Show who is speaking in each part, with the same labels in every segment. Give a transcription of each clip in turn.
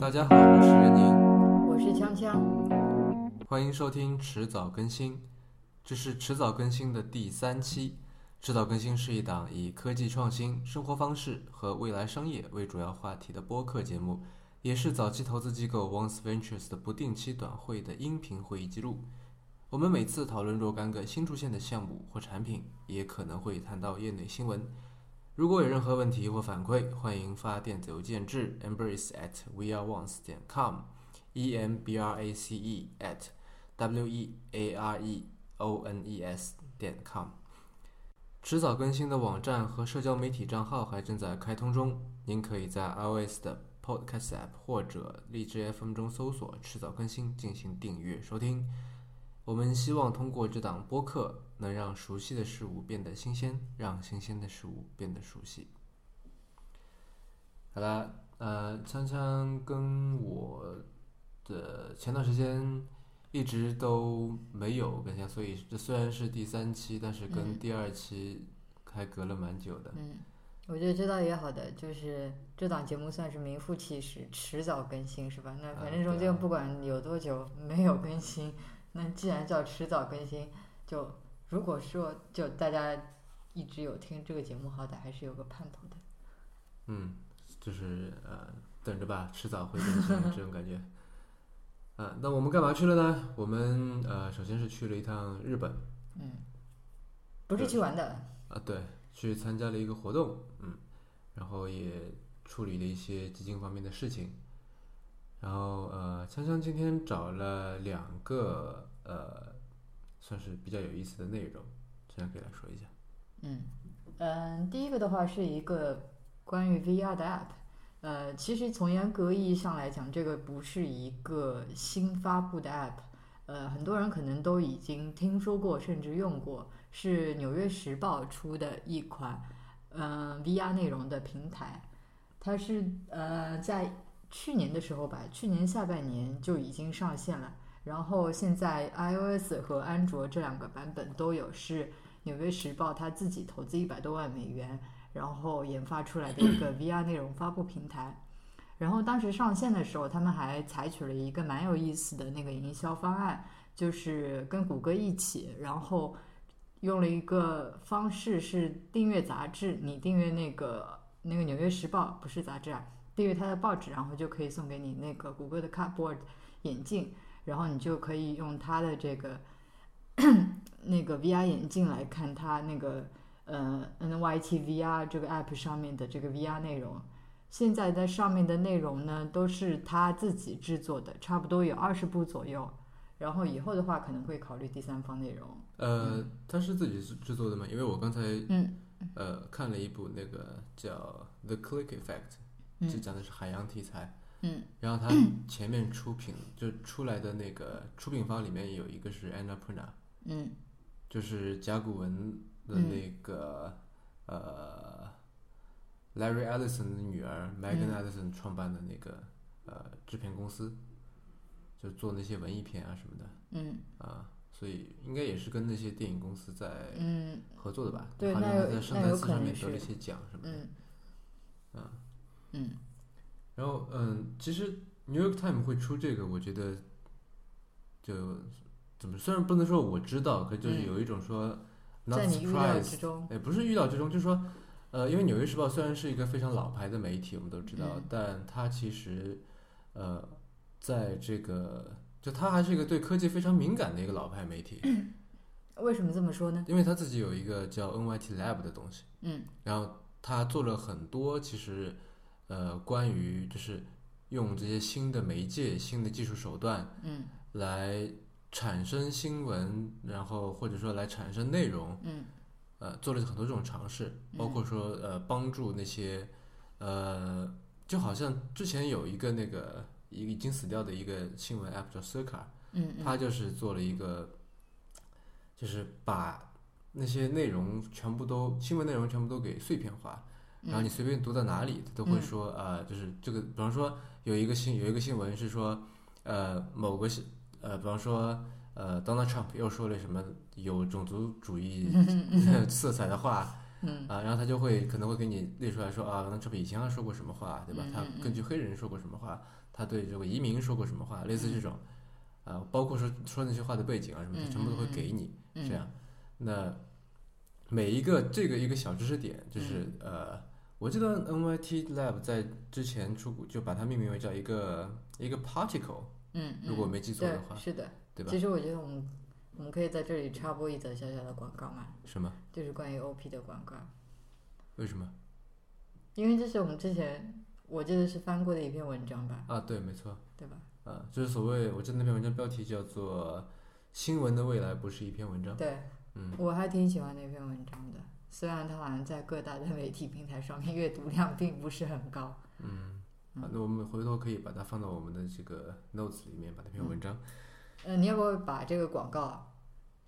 Speaker 1: 大家好，我是任宁，
Speaker 2: 我是锵锵，
Speaker 1: 欢迎收听迟早更新。这是迟早更新的第三期。迟早更新是一档以科技创新、生活方式和未来商业为主要话题的播客节目，也是早期投资机构 Once Ventures 的不定期短会的音频会议记录。我们每次讨论若干个新出现的项目或产品，也可能会谈到业内新闻。如果有任何问题或反馈，欢迎发电子邮件至 embrace at weareonce 点 com，e m b r a c e at w e a r e o n e s 点 com。迟早更新的网站和社交媒体账号还正在开通中，您可以在 iOS 的 Podcast App 或者荔枝 FM 中搜索“迟早更新”进行订阅收听。我们希望通过这档播客，能让熟悉的事物变得新鲜，让新鲜的事物变得熟悉。好啦，呃，锵锵跟我的前段时间一直都没有更新，所以这虽然是第三期，但是跟
Speaker 2: 嗯
Speaker 1: 第二期还隔了蛮久的。
Speaker 2: 嗯，我觉得这倒也好的，就是这档节目算是名副其实，迟早更新是吧？那
Speaker 1: 啊
Speaker 2: 反正中
Speaker 1: 对啊
Speaker 2: 间不管有多久没有更新，那既然叫迟早更新，就如果说就大家一直有听这个节目，好歹还是有个盼头的。
Speaker 1: 嗯，就是呃，等着吧，迟早会更新的这种感觉。啊、那我们干嘛去了呢？我们呃，首先是去了一趟日本
Speaker 2: 嗯，不是
Speaker 1: 对
Speaker 2: 去玩的，
Speaker 1: 啊，对，去参加了一个活动，嗯，然后也处理了一些基金方面的事情。然后呃，锵锵今天找了两个呃，算是比较有意思的内容，这样可以来说一下。
Speaker 2: 嗯嗯，第一个的话是一个关于 VR 的 app。呃，其实从严格意义上来讲，这个不是一个新发布的 app。呃，很多人可能都已经听说过，甚至用过，是《纽约时报》出的一款嗯、呃 VR 内容的平台。它是呃在去年的时候吧，去年下半年就已经上线了。然后现在 iOS 和安卓这两个版本都有，是《纽约时报》他自己投资一百多万美元，然后研发出来的一个 VR 内容发布平台。然后当时上线的时候，他们还采取了一个蛮有意思的那个营销方案，就是跟谷歌一起，然后用了一个方式是订阅杂志，你订阅那个那个《纽约时报》不是杂志啊，订阅它的报纸，然后就可以送给你那个谷歌的 Cardboard 眼镜，然后你就可以用它的这个那个 VR 眼镜来看它那个呃 NYT VR 这个 app 上面的这个 VR 内容。现在在上面的内容呢，都是他自己制作的，差不多有二十部左右。然后以后的话，可能会考虑第三方内容。
Speaker 1: 呃，它是自己制制作的吗？因为我刚才
Speaker 2: 嗯
Speaker 1: 呃看了一部那个叫《The Click Effect》，
Speaker 2: 嗯
Speaker 1: 就讲的是海洋题材。
Speaker 2: 嗯。
Speaker 1: 然后它前面出品就出来的那个出品方里面有一个是 Annapurna，
Speaker 2: 嗯
Speaker 1: 就是甲骨文的那个、呃 Larry Ellison 的女儿
Speaker 2: 嗯
Speaker 1: Megan Ellison 创办的那个呃制片公司，就做那些文艺片啊什么的
Speaker 2: 嗯
Speaker 1: 啊，所以应该也是跟那些电影公司在。
Speaker 2: 嗯
Speaker 1: 合作的吧？
Speaker 2: 对
Speaker 1: 好像
Speaker 2: 那
Speaker 1: 还
Speaker 2: 有
Speaker 1: 在圣
Speaker 2: 那
Speaker 1: 丹
Speaker 2: 有
Speaker 1: 斯
Speaker 2: 可
Speaker 1: 上
Speaker 2: 能
Speaker 1: 面得了
Speaker 2: 是
Speaker 1: 一些奖什么的。
Speaker 2: 嗯
Speaker 1: 啊
Speaker 2: 嗯
Speaker 1: 然后嗯，其实《New York Times》会出这个，我觉得就怎么虽然不能说我知道，可就是
Speaker 2: 嗯
Speaker 1: 有一种说 not
Speaker 2: 在你预料
Speaker 1: surprise，
Speaker 2: 之中。
Speaker 1: 也不是预料之中，就是说呃，因为《纽约时报》虽然是一个非常老牌的媒体，我们都知道，
Speaker 2: 嗯
Speaker 1: 但它其实呃，在这个就它还是一个对科技非常敏感的一个老牌媒体，
Speaker 2: 为什么这么说呢？
Speaker 1: 因为它自己有一个叫 NYT Lab 的东西。
Speaker 2: 嗯
Speaker 1: 然后他做了很多其实呃关于就是用这些新的媒介、新的技术手段
Speaker 2: 嗯
Speaker 1: 来产生新闻，然后或者说来产生内容，
Speaker 2: 嗯
Speaker 1: 呃，做了很多这种尝试，包括说呃帮助那些呃，就好像之前有一个那个一个已经死掉的一个新闻 app 叫 Circa，
Speaker 2: 嗯嗯
Speaker 1: 他就是做了一个，就是把那些内容全部都新闻内容全部都给碎片化，然后你随便读到哪里，它都会
Speaker 2: 嗯
Speaker 1: 说呃，就是这个，比方说有一个新有一个新闻是说，呃，某个新呃，比方说呃，Donald Trump 又说了什么有种族主义 色彩的话，
Speaker 2: 嗯
Speaker 1: 啊，然后他就会可能会给你列出来说啊，可能这比以前说过什么话，对吧
Speaker 2: 嗯？
Speaker 1: 他
Speaker 2: 嗯嗯
Speaker 1: 根据黑人说过什么话，他对这个移民说过什么话，类似这种，啊，包括说说那些话的背景啊什么的，
Speaker 2: 嗯
Speaker 1: 全部都会
Speaker 2: 嗯嗯
Speaker 1: 给你
Speaker 2: 嗯，
Speaker 1: 这样。那每一个这个一个小知识点，就是
Speaker 2: 嗯
Speaker 1: 呃，我记得 NYT Lab 在之前出过就把它命名为叫一个一个 particle，
Speaker 2: 嗯，嗯
Speaker 1: 如果我没记错的话
Speaker 2: 对，是的，
Speaker 1: 对吧
Speaker 2: 其？实我觉得我们我们可以在这里插播一则小小的广告嘛，
Speaker 1: 什么？
Speaker 2: 就是关于 OP 的广告，
Speaker 1: 为什么？
Speaker 2: 因为这是我们之前我记得是翻过的一篇文章吧，
Speaker 1: 啊，对，没错，
Speaker 2: 对吧？
Speaker 1: 啊，就是所谓我记得那篇文章标题叫做《新闻的未来不是一篇文章》。
Speaker 2: 对，
Speaker 1: 嗯，
Speaker 2: 我还挺喜欢那篇文章的，虽然它好像在各大的媒体平台上面阅读量并不是很高。
Speaker 1: 嗯，好，那我们回头可以把它放到我们的这个 notes 里面，把那篇文章。
Speaker 2: 呃，你要不要把这个广告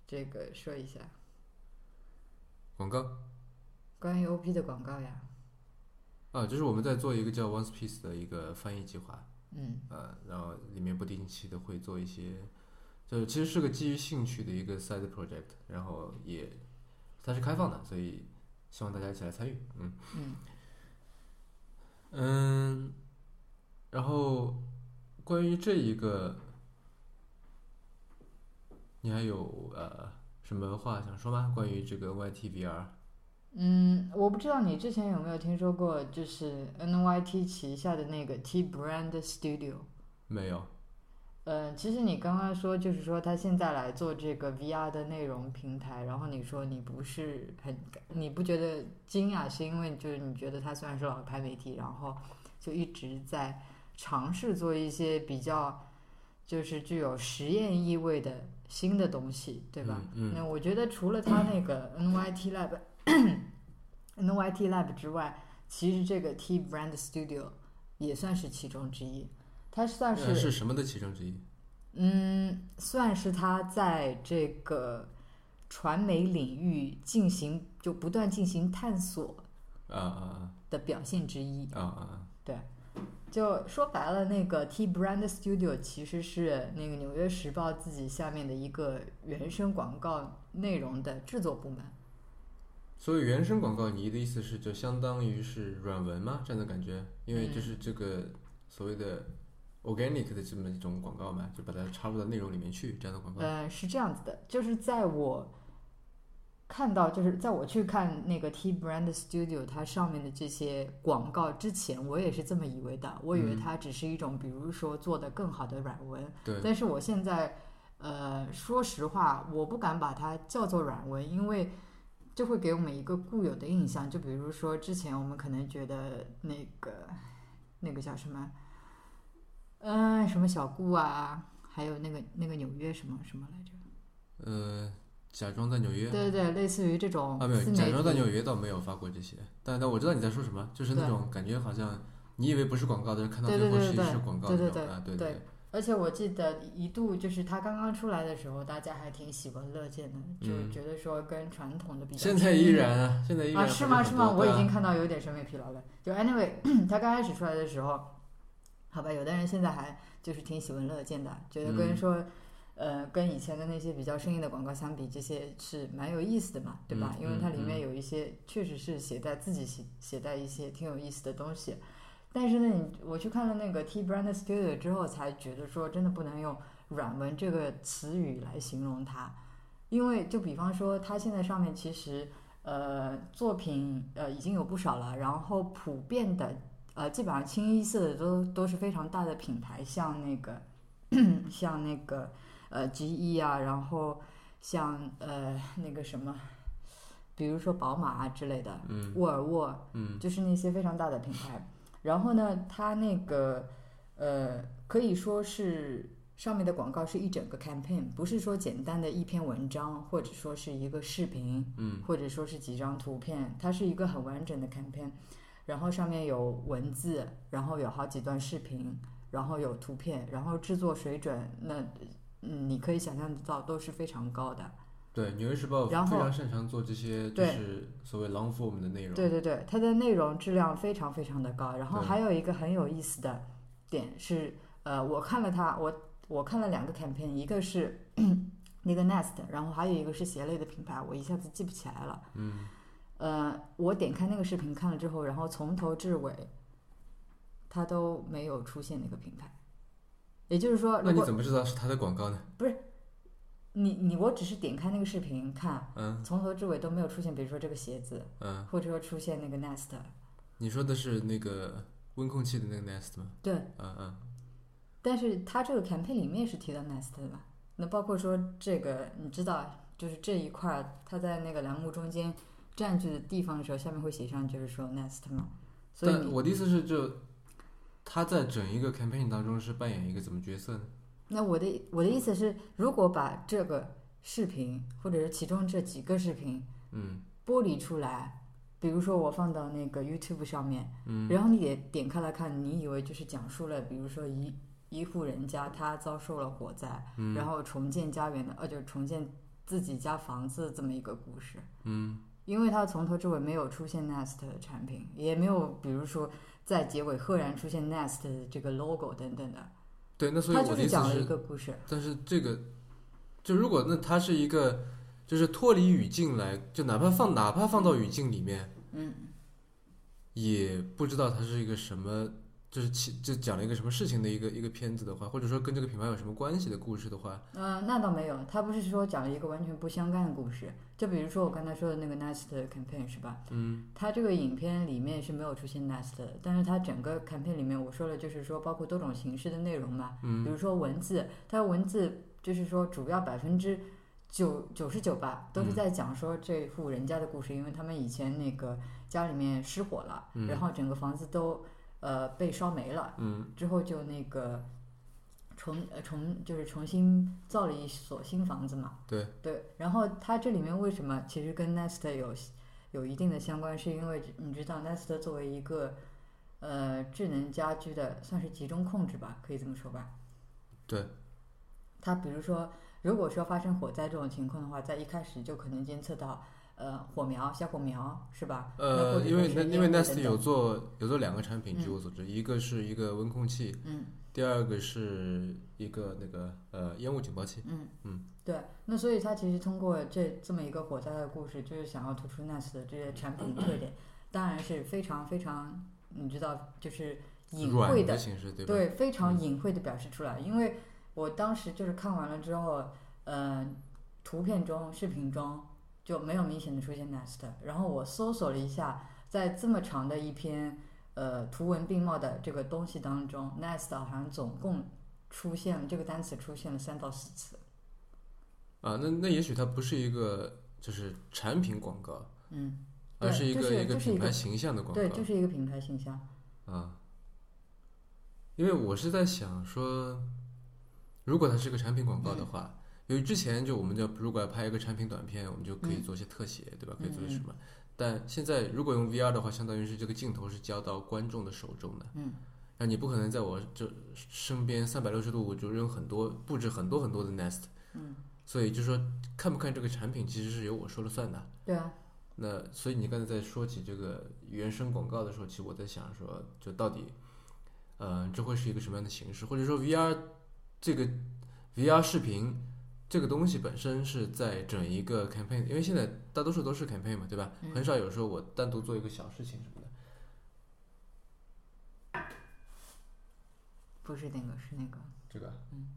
Speaker 2: 这个说一下？
Speaker 1: 广告
Speaker 2: 关于 OP 的广告呀，
Speaker 1: 啊，就是我们在做一个叫 One Piece 的一个翻译计划，
Speaker 2: 嗯
Speaker 1: 呃，然后里面不定期的会做一些，就是其实是个基于兴趣的一个 side project，然后也它是开放的，所以希望大家一起来参与。嗯
Speaker 2: 嗯
Speaker 1: 嗯，然后关于这一个，你还有呃什么话想说吗？关于这个 YTVR？
Speaker 2: 嗯，我不知道你之前有没有听说过，就是 NYT 旗下的那个 T Brand Studio。
Speaker 1: 没有。
Speaker 2: 呃，其实你刚刚说，就是说他现在来做这个 VR 的内容平台，然后你说你不是很，你不觉得惊讶，是因为就是你觉得他虽然是老牌媒体，然后就一直在尝试做一些比较就是具有实验意味的新的东西，对吧？
Speaker 1: 嗯？嗯
Speaker 2: 那我觉得除了他那 个 NYT Lab NYT Lab 之外，其实这个 T Brand Studio 也算是其中之一，它算
Speaker 1: 呃
Speaker 2: 是
Speaker 1: 是什么的其中之一？
Speaker 2: 嗯，算是他在这个传媒领域进行就不断进行探索
Speaker 1: 啊啊
Speaker 2: 的表现之一。
Speaker 1: 啊啊啊！
Speaker 2: 就说白了，那个 T Brand Studio 其实是那个《纽约时报》自己下面的一个原生广告内容的制作部门。
Speaker 1: 所以原声广告，你的意思是就相当于是软文吗？这样的感觉，因为
Speaker 2: 嗯
Speaker 1: 就是这个所谓的 organic 的这么一种广告嘛，就把它插入到内容里面去，这样的广告。
Speaker 2: 嗯，是这样子的，就是在我看到，就是在我去看那个 T Brand Studio 它上面的这些广告之前，我也是这么以为的，我以为
Speaker 1: 嗯
Speaker 2: 它只是一种，比如说做的更好的软文，
Speaker 1: 对，
Speaker 2: 但是我现在，呃，说实话，我不敢把它叫做软文，因为这会给我们一个固有的印象。就比如说，之前我们可能觉得那个那个叫什么，嗯、什么小顾啊，还有那个那个纽约什么什么来着？
Speaker 1: 呃，假装在纽约
Speaker 2: 对对对，类似于这种
Speaker 1: 啊，没有
Speaker 2: 自，媒
Speaker 1: 假装在
Speaker 2: 体
Speaker 1: 纽约倒没有发过这些，但但我知道你在说什么，就是那
Speaker 2: 对
Speaker 1: 种感觉好像你以为不是广告，但是看到
Speaker 2: 对
Speaker 1: 最
Speaker 2: 对
Speaker 1: 后
Speaker 2: 对
Speaker 1: 是
Speaker 2: 对
Speaker 1: 是广告
Speaker 2: 对
Speaker 1: 那
Speaker 2: 对
Speaker 1: 种啊，对
Speaker 2: 对而且我记得一度就是它刚刚出来的时候，大家还挺喜闻乐见的，就
Speaker 1: 嗯
Speaker 2: 觉得说跟传统的比较
Speaker 1: 现在
Speaker 2: 偏
Speaker 1: 依
Speaker 2: 一
Speaker 1: 然啊，现在依然
Speaker 2: 啊，
Speaker 1: 还
Speaker 2: 是
Speaker 1: 是
Speaker 2: 吗？
Speaker 1: 很
Speaker 2: 是
Speaker 1: 多
Speaker 2: 吗？我
Speaker 1: 的
Speaker 2: 已
Speaker 1: 啊
Speaker 2: 经看到有点审美疲劳了。就 anyway，他 刚开始出来的时候，好吧，有的人现在还就是挺喜闻乐见的，觉得跟
Speaker 1: 嗯
Speaker 2: 说，呃，跟以前的那些比较生硬的广告相比，这些是蛮有意思的嘛，对吧？
Speaker 1: 嗯
Speaker 2: 因为它里
Speaker 1: 嗯
Speaker 2: 面有一些确实是携带自己携携带一些挺有意思的东西。但是呢，你我去看了那个 T Brand Studio 之后，才觉得说真的不能用“软文”这个词语来形容它，因为就比方说，它现在上面其实呃作品呃已经有不少了，然后普遍的呃基本上清一色的都都是非常大的品牌，像那个 像那个呃 GE 啊，然后像呃那个什么，比如说宝马啊之类的，
Speaker 1: 嗯
Speaker 2: 沃尔沃，
Speaker 1: 嗯
Speaker 2: 就是那些非常大的品牌。然后呢，它那个呃，可以说是上面的广告是一整个 campaign，不是说简单的一篇文章，或者说是一个视频，
Speaker 1: 嗯
Speaker 2: 或者说是几张图片，它是一个很完整的 campaign，然后上面有文字，然后有好几段视频，然后有图片，然后制作水准，那嗯，你可以想象得到都是非常高的。
Speaker 1: 对，《纽约时报》
Speaker 2: 然
Speaker 1: 非
Speaker 2: 后
Speaker 1: 常擅长做这些，就
Speaker 2: 对
Speaker 1: 是所谓 long form 的内容。
Speaker 2: 对对对，它的内容质量非常非常的高。然后
Speaker 1: 对
Speaker 2: 还有一个很有意思的点是，呃，我看了它，我我看了两个 campaign，一个是 那个 Nest，然后还有一个是鞋类的品牌，我一下子记不起来了。
Speaker 1: 嗯
Speaker 2: 呃，我点开那个视频看了之后，然后从头至尾，它都没有出现那个品牌。也就是说，
Speaker 1: 那
Speaker 2: 呃如
Speaker 1: 你
Speaker 2: 果
Speaker 1: 怎么知道是它的广告呢？
Speaker 2: 你你我只是点开那个视频看，
Speaker 1: 嗯
Speaker 2: 从头至尾都没有出现，比如说这个鞋子，
Speaker 1: 嗯，
Speaker 2: 或者说出现那个 Nest，
Speaker 1: 你说的是那个温控器的那个 Nest 吗？
Speaker 2: 对，
Speaker 1: 嗯嗯，
Speaker 2: 但是它这个 campaign 里面是提到 Nest 的嘛？那包括说这个，你知道，就是这一块儿，它在那个栏目中间占据的地方的时候，下面会写上就是说 Nest 嘛。所以
Speaker 1: 但
Speaker 2: 你
Speaker 1: 我的意思是就。他在整一个 campaign 当中是扮演一个怎么角色呢？
Speaker 2: 那我的我的意思是，如果把这个视频或者是其中这几个视频
Speaker 1: 嗯
Speaker 2: 剥离出来，比如说我放到那个 YouTube 上面，
Speaker 1: 嗯
Speaker 2: 然后你也点开来看，你以为就是讲述了，比如说一一户人家他遭受了火灾，
Speaker 1: 嗯，
Speaker 2: 然后重建家园的，呃，就是重建自己家房子这么一个故事。
Speaker 1: 嗯
Speaker 2: 因为它从头至尾没有出现 Nest 的产品，也没有比如说在结尾赫然出现 Nest 的这个 logo 等等的，
Speaker 1: 对，那所以
Speaker 2: 它
Speaker 1: 我
Speaker 2: 就
Speaker 1: 的意
Speaker 2: 是
Speaker 1: 思
Speaker 2: 讲了
Speaker 1: 是
Speaker 2: 一个故事。
Speaker 1: 但是这个，就如果那它是一个，就是脱离语境来，就哪怕放哪怕放到语境里面，
Speaker 2: 嗯，
Speaker 1: 也不知道它是一个什么，就是其就讲了一个什么事情的一个一个片子的话，或者说跟这个品牌有什么关系的故事的话，
Speaker 2: 呃，那倒没有，它不是说讲了一个完全不相干的故事。就比如说我刚才说的那个 Nest 的 campaign 是吧？
Speaker 1: 嗯
Speaker 2: 它这个影片里面是没有出现 Nest 的，但是它整个 campaign 里面我说了，就是说包括多种形式的内容嘛，比
Speaker 1: 嗯
Speaker 2: 如说文字，它的文字就是说主要百分之九九十九吧，都是
Speaker 1: 嗯
Speaker 2: 在讲说这户人家的故事，因为他们以前那个家里面失火了，
Speaker 1: 嗯
Speaker 2: 然后整个房子都呃被烧没了，
Speaker 1: 嗯
Speaker 2: 之后就那个重呃重就是重新造了一所新房子嘛。
Speaker 1: 对
Speaker 2: 对，然后它这里面为什么其实跟 Nest 有有一定的相关，是因为你知道 Nest 作为一个呃智能家居的算是集中控制吧，可以这么说吧。
Speaker 1: 对，
Speaker 2: 它比如说如果说发生火灾这种情况的话，在一开始就可能监测到。呃，火苗、小火苗是吧？那或
Speaker 1: 呃，
Speaker 2: 者
Speaker 1: 因为
Speaker 2: 是
Speaker 1: 那
Speaker 2: 烟
Speaker 1: 因为
Speaker 2: 雾
Speaker 1: Nest
Speaker 2: 等
Speaker 1: 有
Speaker 2: 等
Speaker 1: 做有做两个产品，据
Speaker 2: 嗯
Speaker 1: 我所知，一个是一个温控器，
Speaker 2: 嗯，
Speaker 1: 第二个是一个那个呃烟雾警报器，
Speaker 2: 嗯
Speaker 1: 嗯，
Speaker 2: 对，那所以他其实通过这这么一个火灾的故事，就是想要突出 NAS 的这些产品特点，当然是非常非常，你知道，就是隐
Speaker 1: 软
Speaker 2: 晦
Speaker 1: 的
Speaker 2: 的，
Speaker 1: 形式，对吧？
Speaker 2: 对，非常
Speaker 1: 嗯
Speaker 2: 隐晦的表示出来。因为我当时就是看完了之后，呃，图片中、视频中就没有明显的出现 Nest，然后我搜索了一下，在这么长的一篇呃图文并茂的这个东西当中，Nest 好像总共出现这个单词出现了三到四次。
Speaker 1: 啊，那那也许它不是一个就是产品广告，
Speaker 2: 嗯，对
Speaker 1: 而是一
Speaker 2: 就
Speaker 1: 个、
Speaker 2: 是
Speaker 1: 一个
Speaker 2: 就是
Speaker 1: 品
Speaker 2: 一个
Speaker 1: 牌形象的广告。
Speaker 2: 对，就是一个品牌形象。
Speaker 1: 啊，因为我是在想说，如果它是个产品广告的话，
Speaker 2: 嗯
Speaker 1: 由于之前就我们就如果要拍一个产品短片，我们就可以
Speaker 2: 嗯
Speaker 1: 做一些特写，对吧？可以做些
Speaker 2: 嗯嗯
Speaker 1: 什么？但现在如果用 VR 的话，相当于是这个镜头是交到观众的手中的，
Speaker 2: 嗯，
Speaker 1: 那你不可能在我这身边三百六十度我就扔很多布置很多很多的 Nest，
Speaker 2: 嗯，
Speaker 1: 所以就说看不看这个产品其实是由我说了算的。
Speaker 2: 对啊，
Speaker 1: 那所以你刚才在说起这个原生广告的时候，其实我在想说，就到底，呃，这会是一个什么样的形式？或者说 VR 这个 VR 视频这个东西本身是在整一个 campaign，因为现在大多数都是 campaign 嘛，对吧？
Speaker 2: 嗯
Speaker 1: 很少有说我单独做一个小事情什么的。
Speaker 2: 不是那个，是那个。
Speaker 1: 这个，
Speaker 2: 嗯，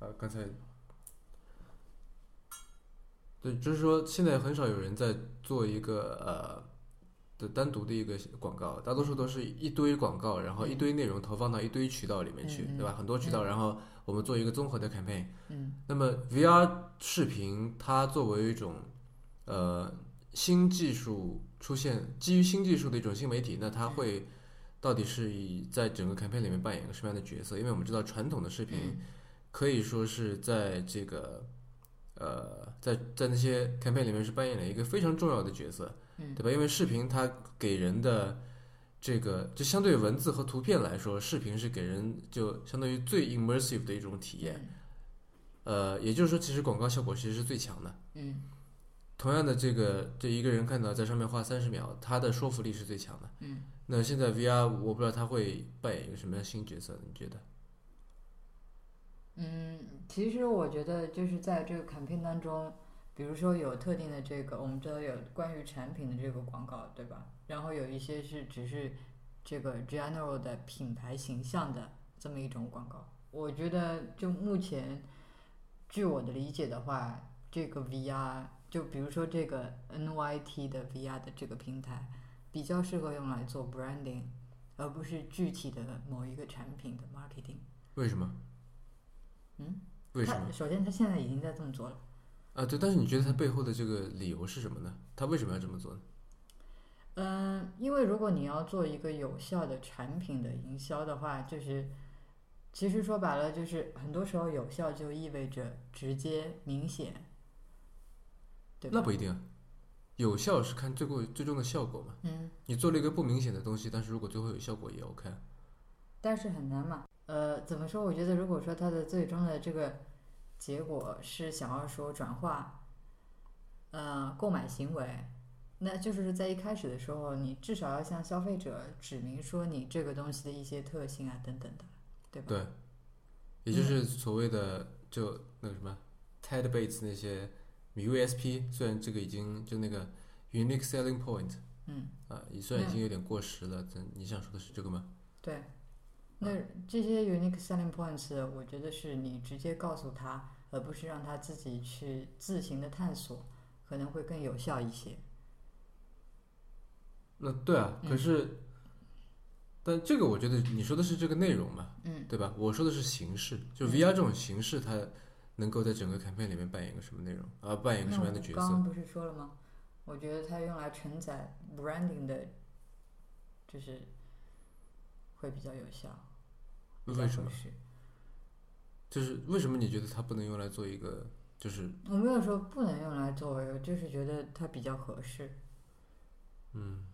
Speaker 1: 啊，刚才，对，就是说现在很少有人在做一个呃的单独的一个广告，大多数都是一堆广告，然后一
Speaker 2: 嗯
Speaker 1: 堆内容投放到一堆渠道里面去，
Speaker 2: 嗯嗯
Speaker 1: 对吧？很多渠道，然后我们做一个综合的 campaign。
Speaker 2: 嗯
Speaker 1: 那么 VR 视频它作为一种呃新技术出现，基于新技术的一种新媒体，那它
Speaker 2: 嗯
Speaker 1: 会到底是以在整个 campaign 里面扮演一个什么样的角色？因为我们知道传统的视频
Speaker 2: 嗯
Speaker 1: 可以说是在这个呃在在那些 campaign 里面是扮演了一个非常重要的角色，
Speaker 2: 嗯
Speaker 1: 对吧？因为视频它给人的这个就相对文字和图片来说，视频是给人就相当于最 immersive 的一种体验。
Speaker 2: 嗯
Speaker 1: 呃，也就是说，其实广告效果其实是最强的。
Speaker 2: 嗯
Speaker 1: 同样的，这个这一个人看到在上面花三十秒，他的说服力是最强的。
Speaker 2: 嗯，
Speaker 1: 那现在 VR，我不知道他会扮演一个什么样的新角色，你觉得？
Speaker 2: 嗯，其实我觉得就是在这个 campaign 当中，比如说有特定的这个，我们知道有关于产品的这个广告，对吧？然后有一些是只是这个 general 的品牌形象的这么一种广告。我觉得就目前，据我的理解的话，这个 VR 就比如说这个 NYT 的 VR 的这个平台，比较适合用来做 branding，而不是具体的某一个产品的 marketing。
Speaker 1: 为什么？
Speaker 2: 嗯？
Speaker 1: 为什
Speaker 2: 它
Speaker 1: 么？
Speaker 2: 首先它现在已经在这么做了。
Speaker 1: 啊，对，但是你觉得它背后的这个理由是什么呢？它为什么要这么做呢？
Speaker 2: 嗯，因为如果你要做一个有效的产品的营销的话，就是其实说白了，就是很多时候有效就意味着直接明显，对吧？
Speaker 1: 那不一定啊，有效是看最后最终的效果嘛。
Speaker 2: 嗯，
Speaker 1: 你做了一个不明显的东西，但是如果最后有效果也 OK 啊。
Speaker 2: 但是很难嘛。呃，怎么说？我觉得如果说它的最终的这个结果是想要说转化，呃，购买行为，那就是在一开始的时候，你至少要向消费者指明说你这个东西的一些特性啊等等的，对吧？
Speaker 1: 对，也就是所谓的就那个什么 Ted Bates 那些 USP，虽然这个已经就那个 Unique Selling Point
Speaker 2: 嗯。
Speaker 1: 啊，也虽然已
Speaker 2: 嗯
Speaker 1: 经有点过时了，但你想说的是这个吗？
Speaker 2: 对，那这些 unique selling points，我觉得是你直接告诉他，而不是让他自己去自行的探索，可能会更有效一些。
Speaker 1: 那对啊，可
Speaker 2: 嗯
Speaker 1: 是，但这个我觉得你说的是这个内容嘛，
Speaker 2: 嗯，
Speaker 1: 对吧？我说的是形式，就
Speaker 2: 嗯
Speaker 1: VR 这种形式，它能够在整个 campaign 里面扮演一个什么内容啊，扮演一个
Speaker 2: 那
Speaker 1: 什么
Speaker 2: 我
Speaker 1: 样的角
Speaker 2: 刚
Speaker 1: 色？
Speaker 2: 刚不是说了吗？我觉得它用来承载 branding 的，就是会比较有效，比较
Speaker 1: 为什
Speaker 2: 合
Speaker 1: 么？
Speaker 2: 适。
Speaker 1: 就是为什么你觉得它不能用来做一个？就是
Speaker 2: 我没有说不能用来作为，我就是觉得它比较合适。
Speaker 1: 嗯，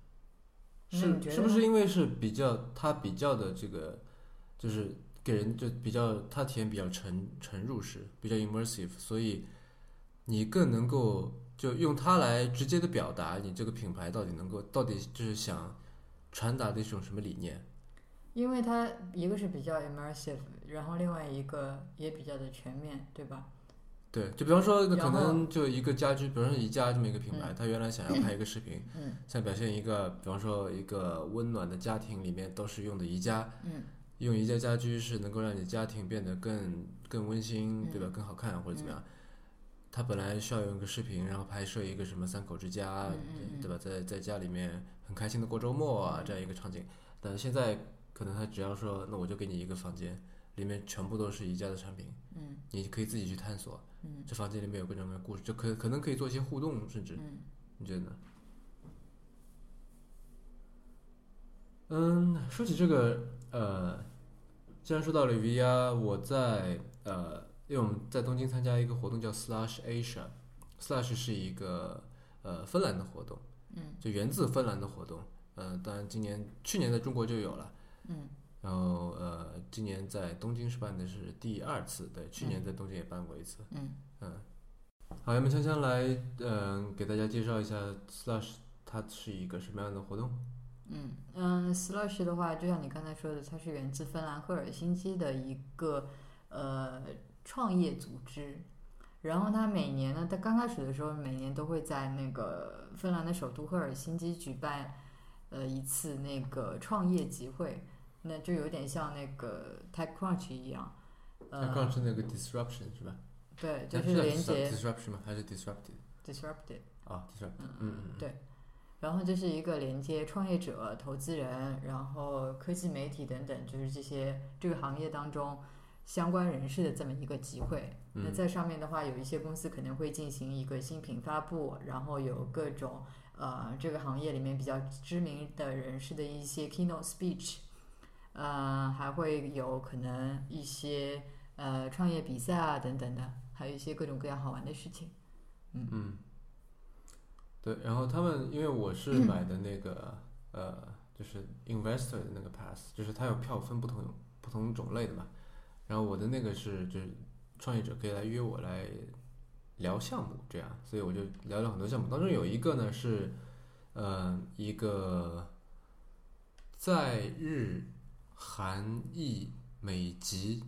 Speaker 2: 那
Speaker 1: 是
Speaker 2: 你嗯觉
Speaker 1: 是
Speaker 2: 得
Speaker 1: 不是
Speaker 2: 呢
Speaker 1: 因为是比较它比较的这个，就是给人就比较它体验比较沉沉入式，比较 immersive，所以你更能够就用它来直接的表达你这个品牌到底能够到底就是想传达的一种什么理念？
Speaker 2: 因为它一个是比较 immersive，然后另外一个也比较的全面，对吧？
Speaker 1: 对，就比方说，那可
Speaker 2: 然后
Speaker 1: 能就一个家居，比方说宜家这么一个品牌，它原来想要拍一个视 频，
Speaker 2: 嗯
Speaker 1: 想表现一个，比方说一个温暖的家庭里面都是用的宜家，
Speaker 2: 嗯
Speaker 1: 用宜家家居是能够让你家庭变得更更温馨，对
Speaker 2: 嗯
Speaker 1: 吧？更好看或者怎么样。它本来需要用一个视频，然后拍摄一个什么三口之家，
Speaker 2: 嗯嗯嗯
Speaker 1: 对吧？在在家里面很开心的过周末啊，这样一个场景。但现在可能他只要说，那我就给你一个房间，里面全部都是宜家的产品，
Speaker 2: 嗯
Speaker 1: 你可以自己去探索。
Speaker 2: 嗯
Speaker 1: 这房间里面有各种各样的故事，就可可能可以做一些互动，甚至
Speaker 2: 嗯，
Speaker 1: 你觉得呢？嗯，说起这个，呃，既然说到了 VR，我在呃，因为我们在东京参加一个活动叫 Slash Asia，Slash 是一个呃芬兰的活动，
Speaker 2: 嗯，
Speaker 1: 就源自芬兰的活动，嗯、当然今年去年在中国就有了，
Speaker 2: 嗯，
Speaker 1: 然后呃，今年在东京是办的是第二次，对，去年在东京也办过一次，
Speaker 2: 嗯
Speaker 1: 嗯，好，我们香香来，嗯、给大家介绍一下 Slash 它是一个什么样的活动？
Speaker 2: 嗯嗯，Slush 的话，就像你刚才说的，它是源自芬兰赫尔辛基的一个呃创业组织。然后它每年呢，它刚开始的时候，每年都会在那个芬兰的首都赫尔辛基举办呃一次那个创业集会，那就有点像那个 TechCrunch 一样，
Speaker 1: 它刚刚
Speaker 2: 呃，
Speaker 1: 是那个 disruption 是吧？
Speaker 2: 对，就
Speaker 1: 哎
Speaker 2: 是
Speaker 1: 叫
Speaker 2: 连
Speaker 1: disrupt-
Speaker 2: 接
Speaker 1: disruption 吗？还是 disrupted？
Speaker 2: disrupted。
Speaker 1: 啊，disrupt，
Speaker 2: 嗯
Speaker 1: 嗯嗯
Speaker 2: 对。然后就是一个连接创业者、投资人，然后科技媒体等等，就是这些这个行业当中相关人士的这么一个集会。那
Speaker 1: 嗯
Speaker 2: 在上面的话，有一些公司可能会进行一个新品发布，然后有各种呃这个行业里面比较知名的人士的一些 keynote speech，呃，还会有可能一些呃创业比赛啊等等的，还有一些各种各样好玩的事情。
Speaker 1: 嗯，对，然后他们因为我是买的那个、呃，就是 investor 的那个 pass，就是它有票分不同不同种类的嘛。然后我的那个是就是创业者可以来约我来聊项目这样，所以我就聊了很多项目，当中有一个呢是呃一个在日韩裔美籍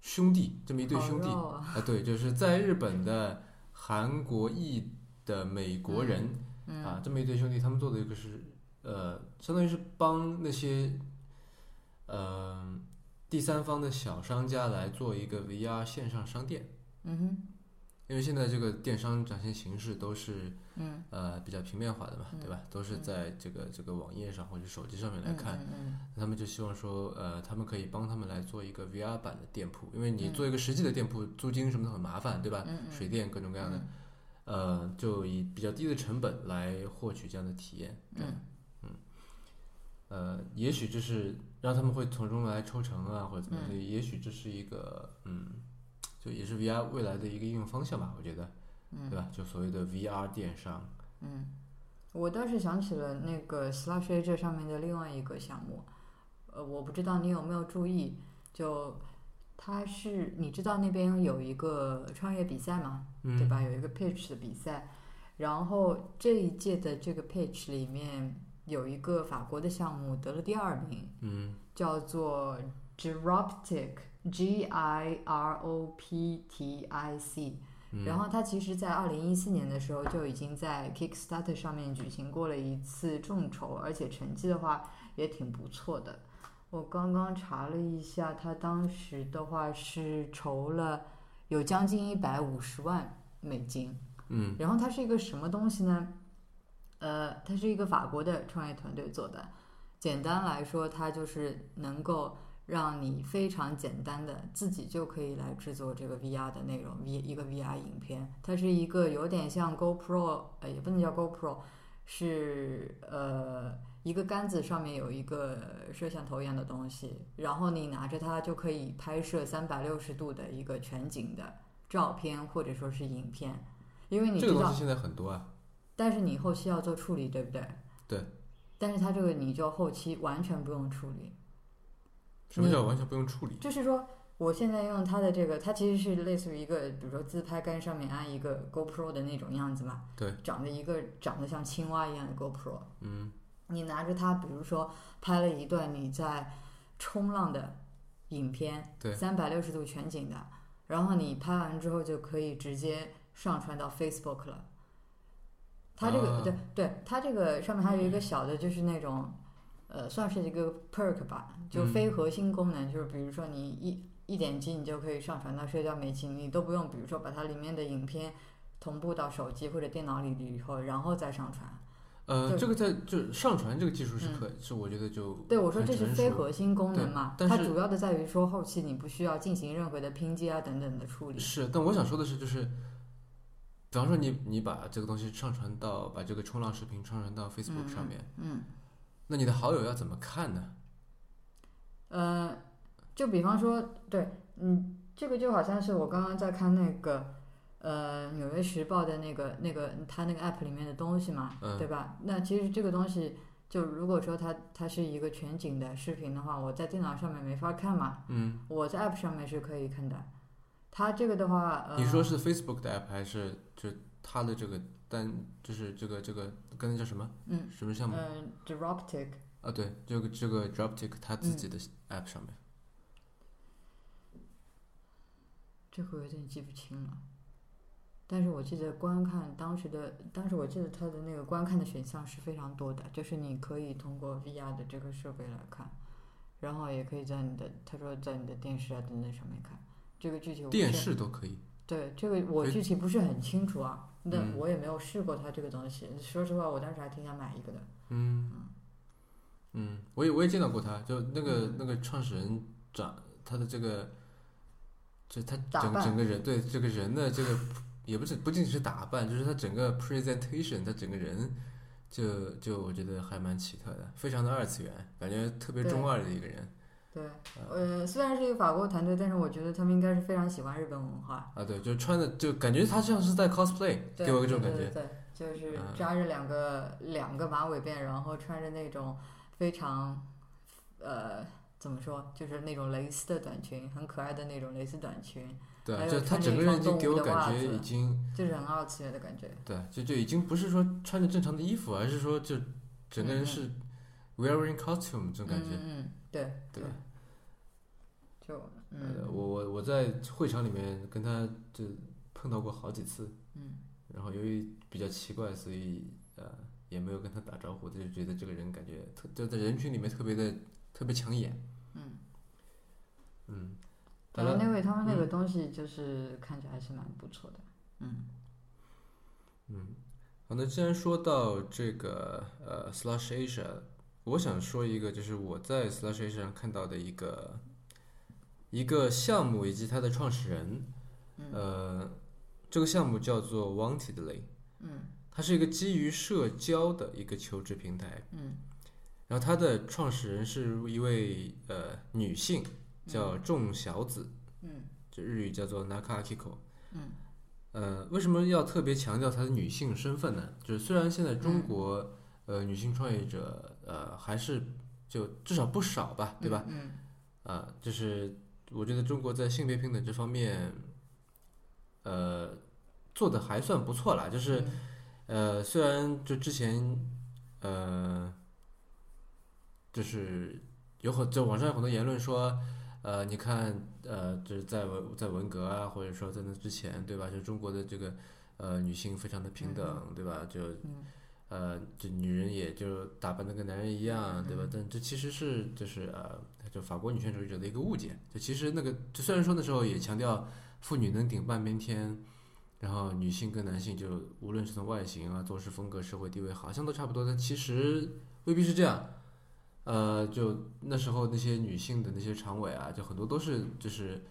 Speaker 1: 兄弟这么一对
Speaker 2: 好
Speaker 1: 兄弟
Speaker 2: 绕啊
Speaker 1: 呃啊，对，就是在日本的韩国裔的美国人、
Speaker 2: 嗯
Speaker 1: 啊，这么一对兄弟，他们做的一个是呃，相当于是帮那些呃第三方的小商家来做一个 VR 线上商店，
Speaker 2: 嗯哼
Speaker 1: 因为现在这个电商展现形式都是
Speaker 2: 嗯，
Speaker 1: 呃比较平面化的嘛，对吧？都是在这个这个网页上或者手机上面来
Speaker 2: 嗯
Speaker 1: 看。
Speaker 2: 嗯嗯
Speaker 1: 他们就希望说，呃，他们可以帮他们来做一个 VR 版的店铺，因为你做一个实际的店铺，租金什么的很麻烦，对吧？
Speaker 2: 嗯嗯
Speaker 1: 水电各种各样的，呃，就以比较低的成本来获取这样的体验。对
Speaker 2: 嗯
Speaker 1: 嗯呃，也许这是让他们会从中来抽成啊，或者怎么样，
Speaker 2: 嗯
Speaker 1: 所以也许这是一个，嗯，就也是 VR 未来的一个应用方向吧，我觉得，
Speaker 2: 嗯
Speaker 1: 对吧？就所谓的 VR 电商，
Speaker 2: 嗯，我倒是想起了那个 Slash A 这上面的另外一个项目，呃，我不知道你有没有注意，就它是你知道那边有一个创业比赛吗？
Speaker 1: 嗯，
Speaker 2: 对？吧？有一个 pitch 的比赛，然后这一届的这个 pitch 里面有一个法国的项目得了第二名，
Speaker 1: 嗯
Speaker 2: 叫做 Giroptic G I R O P T I C，、
Speaker 1: 嗯，
Speaker 2: 然后它其实，在二零一四年的时候就已经在 Kickstarter 上面举行过了一次众筹，而且成绩的话也挺不错的。我刚刚查了一下，它当时的话是筹了有将近一百五十万美金。
Speaker 1: 嗯
Speaker 2: 然后它是一个什么东西呢？呃，它是一个法国的创业团队做的。简单来说，它就是能够让你非常简单的自己就可以来制作这个 VR 的内容，V 一个 VR 影片。它是一个有点像 GoPro，呃，也不能叫 GoPro，是呃一个杆子上面有一个摄像头一样的东西，然后你拿着它就可以拍摄三百六十度的一个全景的照片或者说是影片。因为你
Speaker 1: 这
Speaker 2: 知
Speaker 1: 个东
Speaker 2: 道
Speaker 1: 西，现在很多啊，
Speaker 2: 但是你后期要做处理，对不对？
Speaker 1: 对。
Speaker 2: 但是它这个你就后期完全不用处理，
Speaker 1: 什么
Speaker 2: 你
Speaker 1: 叫完全不用处理？
Speaker 2: 就是说我现在用它的这个，它其实是类似于一个，比如说自拍杆上面安一个 GoPro 的那种样子嘛。
Speaker 1: 对。
Speaker 2: 长得一个长得像青蛙一样的 GoPro，
Speaker 1: 嗯
Speaker 2: 你拿着它，比如说拍了一段你在冲浪的影片，
Speaker 1: 对
Speaker 2: 三百六十度全景的，然后你拍完之后就可以直接上传到 Facebook 了。它这个、
Speaker 1: 啊嗯
Speaker 2: 对对，它这个上面还有一个小的，就是那种，呃，算是一个 perk 吧，就
Speaker 1: 嗯
Speaker 2: 非核心功能，就是比如说你一一点击，你就可以上传到社交媒体，你都不用，比如说把它里面的影片同步到手机或者电脑里以后，然后再上传。
Speaker 1: 呃，
Speaker 2: 对嗯
Speaker 1: 这个在就上传这个技术是可、是我觉得就
Speaker 2: 对，我说这
Speaker 1: 很
Speaker 2: 是
Speaker 1: 成
Speaker 2: 非
Speaker 1: 熟
Speaker 2: 核心功能
Speaker 1: 对
Speaker 2: 嘛，
Speaker 1: 但
Speaker 2: 它
Speaker 1: 是
Speaker 2: 主要的在于说后期你不需要进行任何的拼接啊等等的处理。
Speaker 1: 是，但我想说的是，就是，比方说你你把这个东西上传到把这个冲浪视频上传到 Facebook 上面，
Speaker 2: 嗯，
Speaker 1: 那你的好友要怎么看呢？
Speaker 2: 呃，就比方说，对，嗯，这个就好像是我刚刚在看那个呃《纽约时报》的那个那个它那个 app 里面的东西嘛，
Speaker 1: 嗯
Speaker 2: 对吧？那其实这个东西，就如果说它它是一个全景的视频的话，我在电脑上面没法看嘛，
Speaker 1: 嗯，
Speaker 2: 我在 app 上面是可以看的。它这个的话，呃，
Speaker 1: 你说是 Facebook 的 app 还是就它的这个单就是这个这个刚才叫什么？
Speaker 2: 嗯，
Speaker 1: 什么项
Speaker 2: 嗯、
Speaker 1: 目？
Speaker 2: d r o p t i c
Speaker 1: 啊，对，这个这个 Droptic 它
Speaker 2: 嗯
Speaker 1: 自己的 app 上面，
Speaker 2: 这个有点记不清了，但是我记得观看当时的，当时我记得它的那个观看的选项是非常多的，就是你可以通过 VR 的这个设备来看，然后也可以在你的，他说在你的电视啊等等上面看。这个具体我不是
Speaker 1: 电视都可以。
Speaker 2: 对这个我
Speaker 1: 可以
Speaker 2: 具体不是很清楚啊，那
Speaker 1: 嗯
Speaker 2: 我也没有试过它这个东西。说实话，我当时还挺想买一个的。
Speaker 1: 嗯，嗯，我也我也见到过他，就那个、
Speaker 2: 嗯
Speaker 1: 那个创始人长他的这个，就他
Speaker 2: 打
Speaker 1: 整
Speaker 2: 扮
Speaker 1: 整个人对这个人的这个也不是不仅仅是打扮，就是他整个 presentation，他整个人就就我觉得还蛮奇特的，非常的二次元，感觉特别中
Speaker 2: 对
Speaker 1: 二的一个人
Speaker 2: 对，
Speaker 1: 嗯
Speaker 2: 呃，虽然是一个法国团队，但是我觉得他们应该是非常喜欢日本文化，
Speaker 1: 啊，对，就穿的就感觉他像是在 cosplay，
Speaker 2: 对
Speaker 1: 给我一种感
Speaker 2: 对
Speaker 1: 觉，
Speaker 2: 对对，就是
Speaker 1: 嗯
Speaker 2: 扎着两个、两个马尾辫，然后穿着那种非常呃怎么说，就是那种蕾丝的短裙，很可爱的那种蕾丝短裙，
Speaker 1: 对啊
Speaker 2: 还有
Speaker 1: 就他
Speaker 2: 穿
Speaker 1: 整
Speaker 2: 着一
Speaker 1: 个人已
Speaker 2: 双
Speaker 1: 经
Speaker 2: 动
Speaker 1: 给
Speaker 2: 物
Speaker 1: 我
Speaker 2: 的袜
Speaker 1: 感觉
Speaker 2: 子
Speaker 1: 已经。
Speaker 2: 就是很二次元的感觉。
Speaker 1: 对，就就已经不是说穿着正常的衣服，而是说就整个人
Speaker 2: 嗯嗯
Speaker 1: 是 wearing costume 这种感觉。
Speaker 2: 嗯嗯，对
Speaker 1: 对，
Speaker 2: 就
Speaker 1: 呃
Speaker 2: 嗯
Speaker 1: 我我我在会场里面跟他就碰到过好几次，
Speaker 2: 嗯，
Speaker 1: 然后由于比较奇怪，所以呃也没有跟他打招呼，就觉得这个人感觉特就在人群里面特别的特别抢眼，
Speaker 2: 嗯
Speaker 1: 嗯，
Speaker 2: 对
Speaker 1: 当然
Speaker 2: 哦那位他们那个东西就是看着还是蛮不错的，嗯
Speaker 1: 嗯，好，那既然说到这个呃 Slash Asia，我想说一个，就是我在 Slash Asia 上看到的一个一个项目以及它的创始人，
Speaker 2: 嗯
Speaker 1: 呃，这个项目叫做 Wantedly，
Speaker 2: 嗯
Speaker 1: 它是一个基于社交的一个求职平台，
Speaker 2: 嗯
Speaker 1: 然后它的创始人是一位呃女性，叫仲小子，
Speaker 2: 嗯
Speaker 1: 就日语叫做 Naka Akiko。
Speaker 2: 嗯
Speaker 1: 呃，为什么要特别强调她的女性身份呢？就是虽然现在中
Speaker 2: 嗯
Speaker 1: 国、呃女性创业者呃还是就至少不少吧，对吧？？
Speaker 2: 嗯
Speaker 1: 啊、就是我觉得中国在性别平等这方面，呃，做的还算不错啦。就是
Speaker 2: 嗯
Speaker 1: 呃，虽然就之前呃，就是有很就网上有很多言论说。呃，你看，呃，就是在文在文革啊，或者说在那之前，对吧？就中国的这个，呃，女性非常的平等，对吧？就
Speaker 2: 嗯
Speaker 1: 呃，这女人也就打扮的跟男人一样，对吧
Speaker 2: 嗯？
Speaker 1: 但这其实是就是呃，就法国女权主义者的一个误解。就其实那个，就虽然说那时候也强调妇女能顶半边天，然后女性跟男性就无论是从外形啊、做事风格、社会地位，好像都差不多，但其实未必是这样。呃，就那时候那些女性的那些常委啊，就很多都是就是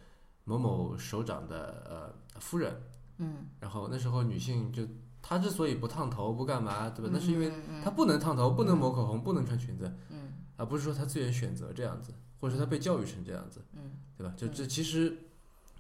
Speaker 1: 某某首长的呃夫人，
Speaker 2: 嗯，
Speaker 1: 然后那时候女性就她之所以不烫头不干嘛，对吧？那是因为
Speaker 2: 嗯
Speaker 1: 她不能烫头，不能抹口红，不能穿裙子，
Speaker 2: 嗯
Speaker 1: 而不是说她自愿选择这样子，或者说她被教育成这样子，
Speaker 2: 嗯
Speaker 1: 对吧？就这其实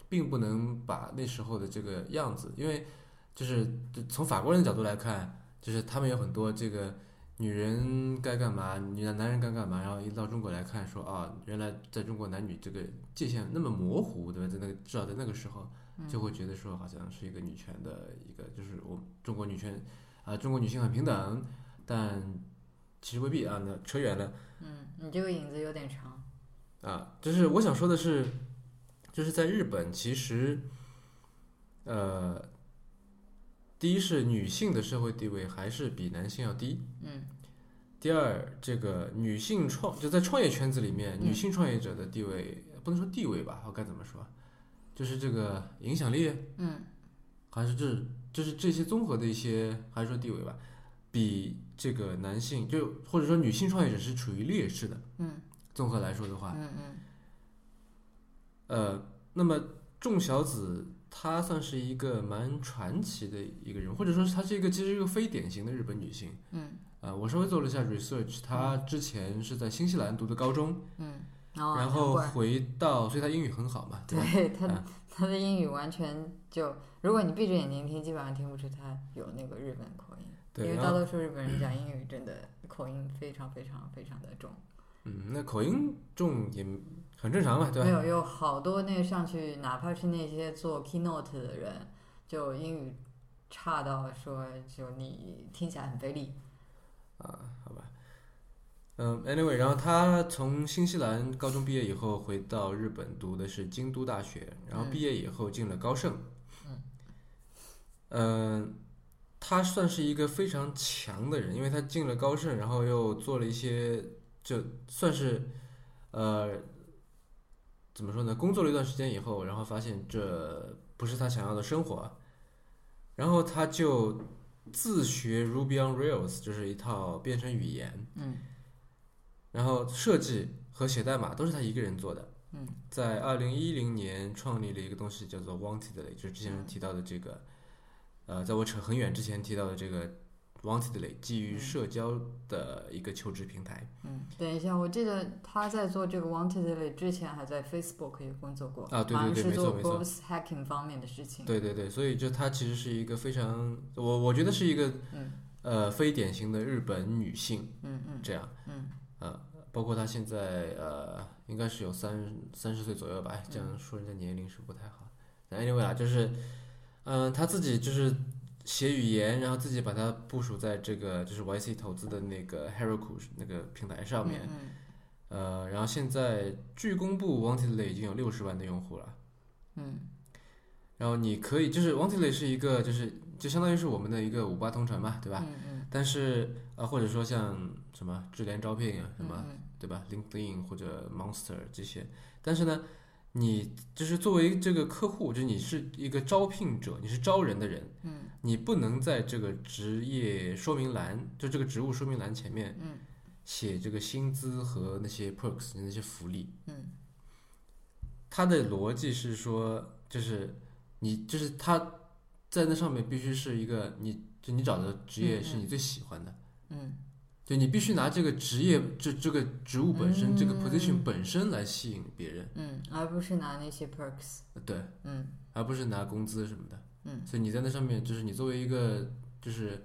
Speaker 1: 并不能把那时候的这个样子，因为就是就从法国人的角度来看，就是他们有很多这个女人该干嘛，女男人该干嘛，然后一到中国来看说啊，原来在中国男女这个界限那么模糊，对吧？在那个至少在那个时候，
Speaker 2: 嗯
Speaker 1: 就会觉得说好像是一个女权的一个，就是我们中国女权啊、中国女性很平等，但其实未必啊。那扯远了。
Speaker 2: 嗯，你这个影子有点长，
Speaker 1: 啊，就是我想说的是，就是在日本，其实，呃，第一是女性的社会地位还是比男性要低。
Speaker 2: 嗯
Speaker 1: 第二，这个女性创就在创业圈子里面，
Speaker 2: 嗯
Speaker 1: 女性创业者的地位不能说地位吧，我该怎么说？就是这个影响力，
Speaker 2: 嗯
Speaker 1: 还是这就是这些综合的一些，还是说地位吧，比这个男性就或者说女性创业者是处于劣势的。
Speaker 2: 嗯
Speaker 1: 综合来说的话，
Speaker 2: 嗯嗯
Speaker 1: 呃，那么仲小子她算是一个蛮传奇的一个人，或者说是她是一个其实一个非典型的日本女性。
Speaker 2: 嗯
Speaker 1: 呃，我稍微做了一下 research，她之前是在新西兰读的高中，
Speaker 2: 嗯，哦
Speaker 1: 然
Speaker 2: 难
Speaker 1: 后
Speaker 2: 怪
Speaker 1: 回到，所以她英语很好嘛， 对吧？
Speaker 2: 对他
Speaker 1: 啊
Speaker 2: 他的英语完全就，如果你闭着眼睛听，基本上听不出他有那个日本口音，因
Speaker 1: 对，
Speaker 2: 为
Speaker 1: 然
Speaker 2: 大
Speaker 1: 后
Speaker 2: 多数日本人讲英语真的口音非常非常非常的重。
Speaker 1: 嗯，那口音重也很正常嘛，对
Speaker 2: 没
Speaker 1: 吧？
Speaker 2: 有，有好多那上去，哪怕是那些做 keynote 的人，就英语差到说，就你听起来很费力。
Speaker 1: 啊，好吧。嗯，anyway，然后他从新西兰高中毕业以后回到日本读的是京都大学，然后
Speaker 2: 嗯
Speaker 1: 毕业以后进了高盛。
Speaker 2: 嗯。
Speaker 1: 嗯，他算是一个非常强的人，因为他进了高盛，然后又做了一些，就算是呃，怎么说呢？工作了一段时间以后，然后发现这不是他想要的生活，然后他就自学 Ruby on Rails，就是一套编程语言，
Speaker 2: 嗯
Speaker 1: 然后设计和写代码都是他一个人做的。
Speaker 2: 嗯
Speaker 1: 在二零一零年创立了一个东西叫做 Wantedly，就是之
Speaker 2: 嗯
Speaker 1: 前提到的这个，呃，在我扯很远之前提到的这个 Wantedly，基于
Speaker 2: 嗯
Speaker 1: 社交的一个求职平台。
Speaker 2: 嗯，等一下，我记得他在做这个 Wantedly 之前，还在 Facebook 也工作过，
Speaker 1: 啊对对对
Speaker 2: 好像
Speaker 1: 没
Speaker 2: 是
Speaker 1: 错
Speaker 2: 做
Speaker 1: 没错
Speaker 2: growth hacking 方面的事情。
Speaker 1: 对对对，所以就她其实是一个非常，我我觉得是一个
Speaker 2: 嗯
Speaker 1: 呃非典型的日本女性
Speaker 2: 嗯嗯
Speaker 1: 这样。
Speaker 2: 嗯
Speaker 1: 呃，包括他现在呃，应该是有三三十岁左右吧，哎
Speaker 2: 嗯
Speaker 1: 这样说人家年龄是不太好。但 anyway 啦，就是，嗯、他自己就是写语言，然后自己把它部署在这个就是 YC 投资的那个 Heroku 那个平台上面，
Speaker 2: 嗯
Speaker 1: 呃，然后现在据公布，Wantedly 已经有六十万的用户了。
Speaker 2: 嗯
Speaker 1: 然后你可以就是 Wantley 是一个就是就相当于是我们的一个五八同城嘛，对吧？
Speaker 2: 嗯嗯
Speaker 1: 但是啊，或者说像什么智联招聘啊，什么、
Speaker 2: 嗯
Speaker 1: 对吧？LinkedIn 或者 Monster 这些，但是呢，你就是作为这个客户，就是你是一个招聘者，你是招人的人，
Speaker 2: 嗯
Speaker 1: 你不能在这个职业说明栏，就这个职务说明栏前面
Speaker 2: 嗯
Speaker 1: 写这个薪资和那些 perks 那些福利。
Speaker 2: 嗯
Speaker 1: 它的逻辑是说，就是你就是他在那上面必须是一个你就你找的职业是你最喜欢的，
Speaker 2: 嗯
Speaker 1: 对你必须拿这个职业这这个职务本身、这个
Speaker 2: 嗯
Speaker 1: position 本身来吸引别人，
Speaker 2: 嗯，而不是拿那些 perks。
Speaker 1: 对，
Speaker 2: 嗯
Speaker 1: 而不是拿工资什么的。
Speaker 2: 嗯
Speaker 1: 所以你在那上面就是你作为一个就是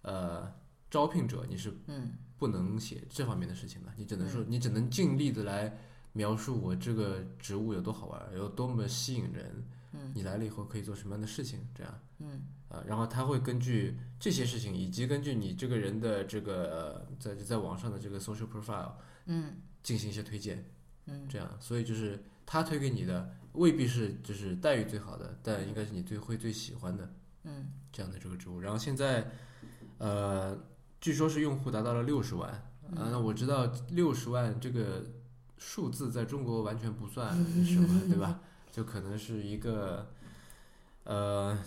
Speaker 1: 呃招聘者，你是
Speaker 2: 嗯
Speaker 1: 不能写这方面的事情的，你只能说、你只能尽力的来描述我这个职务有多好玩，有多么吸引人，
Speaker 2: 嗯
Speaker 1: 你来了以后可以做什么样的事情，这样。
Speaker 2: 嗯
Speaker 1: 啊，然后他会根据这些事情，以及根据你这个人的这个呃在在网上的这个 social profile
Speaker 2: 嗯
Speaker 1: 进行一些推荐，
Speaker 2: 嗯
Speaker 1: 这样，所以就是他推给你的未必是就是待遇最好的，但应该是你最会最喜欢的
Speaker 2: 嗯
Speaker 1: 这样的这个职务。然后现在，呃，据说是用户达到了六十万，啊，那我知道六十万这个数字在中国完全不算什么，对吧？就可能是一个，呃，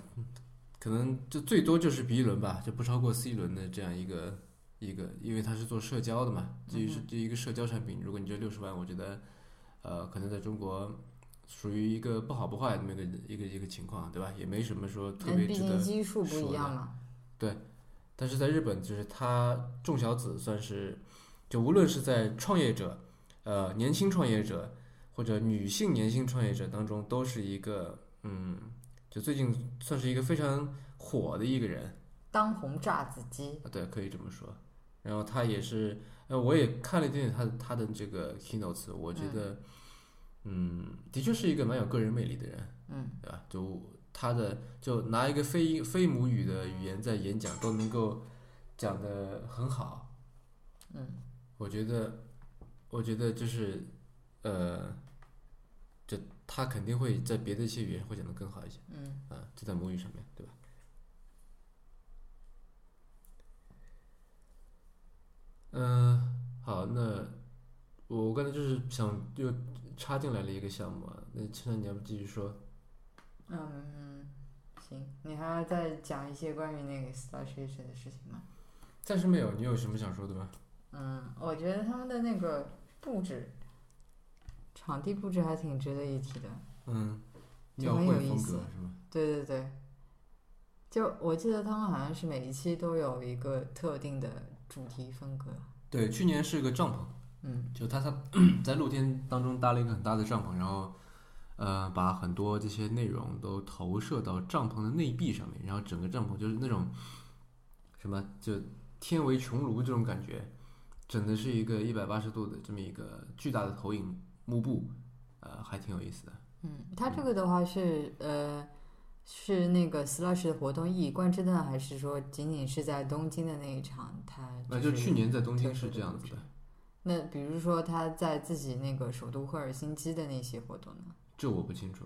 Speaker 1: 可能就最多就是 B 轮吧，就不超过 C 轮的这样一个一个，因为它是做社交的嘛，至于是这一个社交产品，如果你这六十万，我觉得，呃，可能在中国。属于一个不好不坏的那么一个一个一个情况，对吧？也没什么说特
Speaker 2: 嗯，
Speaker 1: 别
Speaker 2: 毕
Speaker 1: 值
Speaker 2: 竟
Speaker 1: 得
Speaker 2: 基数不
Speaker 1: 说
Speaker 2: 一
Speaker 1: 的
Speaker 2: 样嘛。
Speaker 1: 但是在日本，就是他众小子算是，就无论是在创业者、呃年轻创业者或者女性年轻创业者当中，都是一个嗯，就最近算是一个非常火的一个人，
Speaker 2: 当红炸子鸡。
Speaker 1: 啊对，可以这么说。然后他也是，呃，我也看了一点点他的他的这个 keynotes，我觉得，嗯，的确是一个蛮有个人魅力的人，
Speaker 2: 嗯
Speaker 1: 对吧？就他的就拿一个非英非母语的语言在演讲都能够讲得很好，
Speaker 2: 嗯
Speaker 1: 我觉得，我觉得就是，呃，就他肯定会在别的一些语言会讲得更好一些，
Speaker 2: 嗯
Speaker 1: 啊、就在母语上面，对吧？嗯、好，那我刚才就是想又插进来了一个项目啊，那现在你要不继续说？
Speaker 2: 嗯，行，你还要再讲一些关于那个 Star s h a s 的事情吗？
Speaker 1: 暂时没有，你有什么想说的吗？
Speaker 2: 嗯，我觉得他们的那个布置，场地布置还挺值得一提的。
Speaker 1: 嗯，
Speaker 2: 就
Speaker 1: 庙
Speaker 2: 很有
Speaker 1: 会
Speaker 2: 意
Speaker 1: 风
Speaker 2: 思
Speaker 1: 格是吗？
Speaker 2: 对对对，就我记得他们好像是每一期都有一个特定的主题风格。
Speaker 1: 对，去年是个帐篷。
Speaker 2: 嗯
Speaker 1: 就他他 在露天当中搭了一个很大的帐篷，然后呃把很多这些内容都投射到帐篷的内壁上面，然后整个帐篷就是那种什么就天为穹庐这种感觉，整的是一个一百八十度的这么一个巨大的投影幕布，呃，还挺有意思的。
Speaker 2: 嗯，他这个的话是呃。是那个 Slash 的活动一以贯之的，还是说仅仅是在东京的那一场？他
Speaker 1: 那就
Speaker 2: 只是
Speaker 1: 去年在东京是这样子
Speaker 2: 特殊
Speaker 1: 的
Speaker 2: 的，那比如说他在自己那个首都赫尔辛基的那些活动呢？嗯
Speaker 1: 这我不清楚。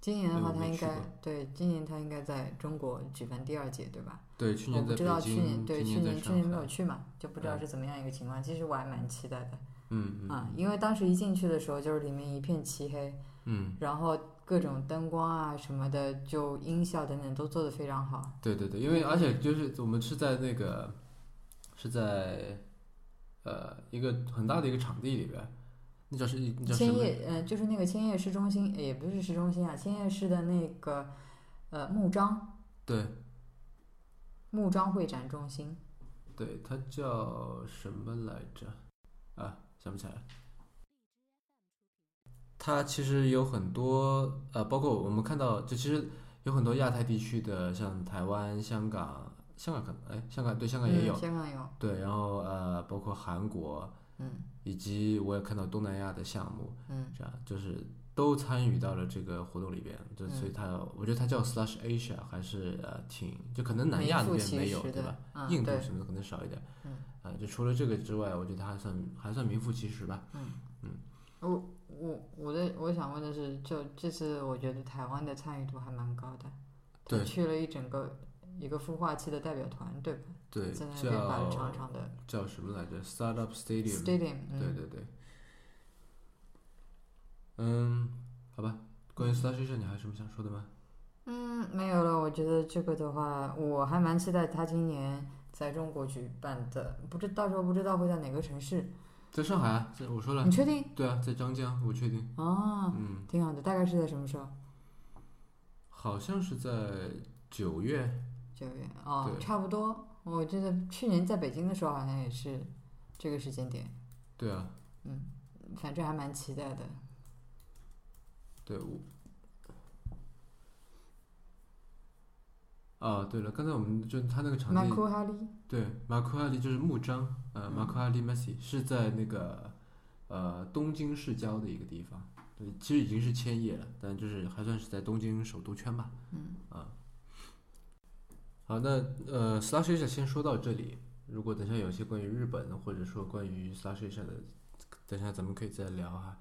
Speaker 2: 今年的话，
Speaker 1: 嗯对我
Speaker 2: 他
Speaker 1: 没
Speaker 2: 应
Speaker 1: 去
Speaker 2: 该
Speaker 1: 过
Speaker 2: 对今年他应该在中国举办第二届，对吧？
Speaker 1: 对，去
Speaker 2: 我
Speaker 1: 年
Speaker 2: 不
Speaker 1: 在
Speaker 2: 知道
Speaker 1: 北
Speaker 2: 去
Speaker 1: 京，
Speaker 2: 年对去
Speaker 1: 今在
Speaker 2: 年去年
Speaker 1: 上
Speaker 2: 没
Speaker 1: 海
Speaker 2: 有。去嘛，就不知道
Speaker 1: 嗯
Speaker 2: 是怎么样一个情况。其实我还蛮期待的
Speaker 1: 嗯嗯
Speaker 2: 啊，因为当时一进去的时候，就是里面一片漆黑，
Speaker 1: 嗯，
Speaker 2: 然后各种灯光啊什么的，就音效等等都做得非常好。
Speaker 1: 对对对，因为而且就是我们是在那个是在呃一个很大的一个场地里边，那叫是那叫什
Speaker 2: 千
Speaker 1: 么？
Speaker 2: 叶，呃，就是那个千叶市中心，也不是市中心啊，千叶市的那个呃木章
Speaker 1: 对
Speaker 2: 木章会展中心。
Speaker 1: 对，它叫什么来着？啊，想不起来了。它其实有很多呃，包括我们看到，就其实有很多亚太地区的，像台湾、香港、香港可能哎，香港对香港也有、
Speaker 2: 嗯、香港有，
Speaker 1: 对，然后呃，包括韩国，
Speaker 2: 嗯
Speaker 1: 以及我也看到东南亚的项目，
Speaker 2: 嗯
Speaker 1: 这样就是都参与到了这个活动里边，就
Speaker 2: 嗯
Speaker 1: 所以它，我觉得它叫 Slash Asia 还是呃挺，就可能南
Speaker 2: 名
Speaker 1: 亚那
Speaker 2: 副
Speaker 1: 边
Speaker 2: 其
Speaker 1: 没有，
Speaker 2: 实
Speaker 1: 对
Speaker 2: 的
Speaker 1: 吧？，
Speaker 2: 嗯，
Speaker 1: 印度
Speaker 2: 对，
Speaker 1: 什么的可能少一点，呃
Speaker 2: 嗯
Speaker 1: 啊、就除了这个之外，我觉得它还算还算名副其实吧。
Speaker 2: 嗯我我我的我想问的是，就这次我觉得台湾的参与度还蛮高的，
Speaker 1: 对
Speaker 2: 他去了一整个一个孵化器的代表团，对吧？
Speaker 1: 对，
Speaker 2: 在那边摆了长
Speaker 1: 叫
Speaker 2: 长的
Speaker 1: 叫什么来着？Startup Stadium，
Speaker 2: stadium，嗯，
Speaker 1: 对对对。嗯，好吧，关于 Starship，你还有什么想说的吗？
Speaker 2: 嗯，没有了。我觉得这个的话，我还蛮期待他今年在中国举办的，不知到时候不知道会在哪个城市。
Speaker 1: 在上海啊，在我说了
Speaker 2: 你，确定？
Speaker 1: 对啊，在张江，我确定。
Speaker 2: 嗯哦，
Speaker 1: 嗯，
Speaker 2: 挺好的。大概是在什么时候？
Speaker 1: 好像是在九月。
Speaker 2: 九月哦，
Speaker 1: 对
Speaker 2: 差不多。我记得去年在北京的时候好像也是这个时间点，
Speaker 1: 对啊，
Speaker 2: 反正还蛮期待的。
Speaker 1: 对我。啊，对了，刚才我们就他那个场
Speaker 2: 马
Speaker 1: 地，
Speaker 2: 库哈利，
Speaker 1: 对，马库阿里就是木章，呃，
Speaker 2: 嗯
Speaker 1: 马库阿里 Messi 是在那个呃东京市郊的一个地方，对，其实已经是千叶了，但就是还算是在东京首都圈吧。
Speaker 2: 嗯，
Speaker 1: 啊，好，那呃 s l a s h a 先说到这里。如果等下有些关于日本或者说关于 s l a s h a 的，等下咱们可以再聊哈。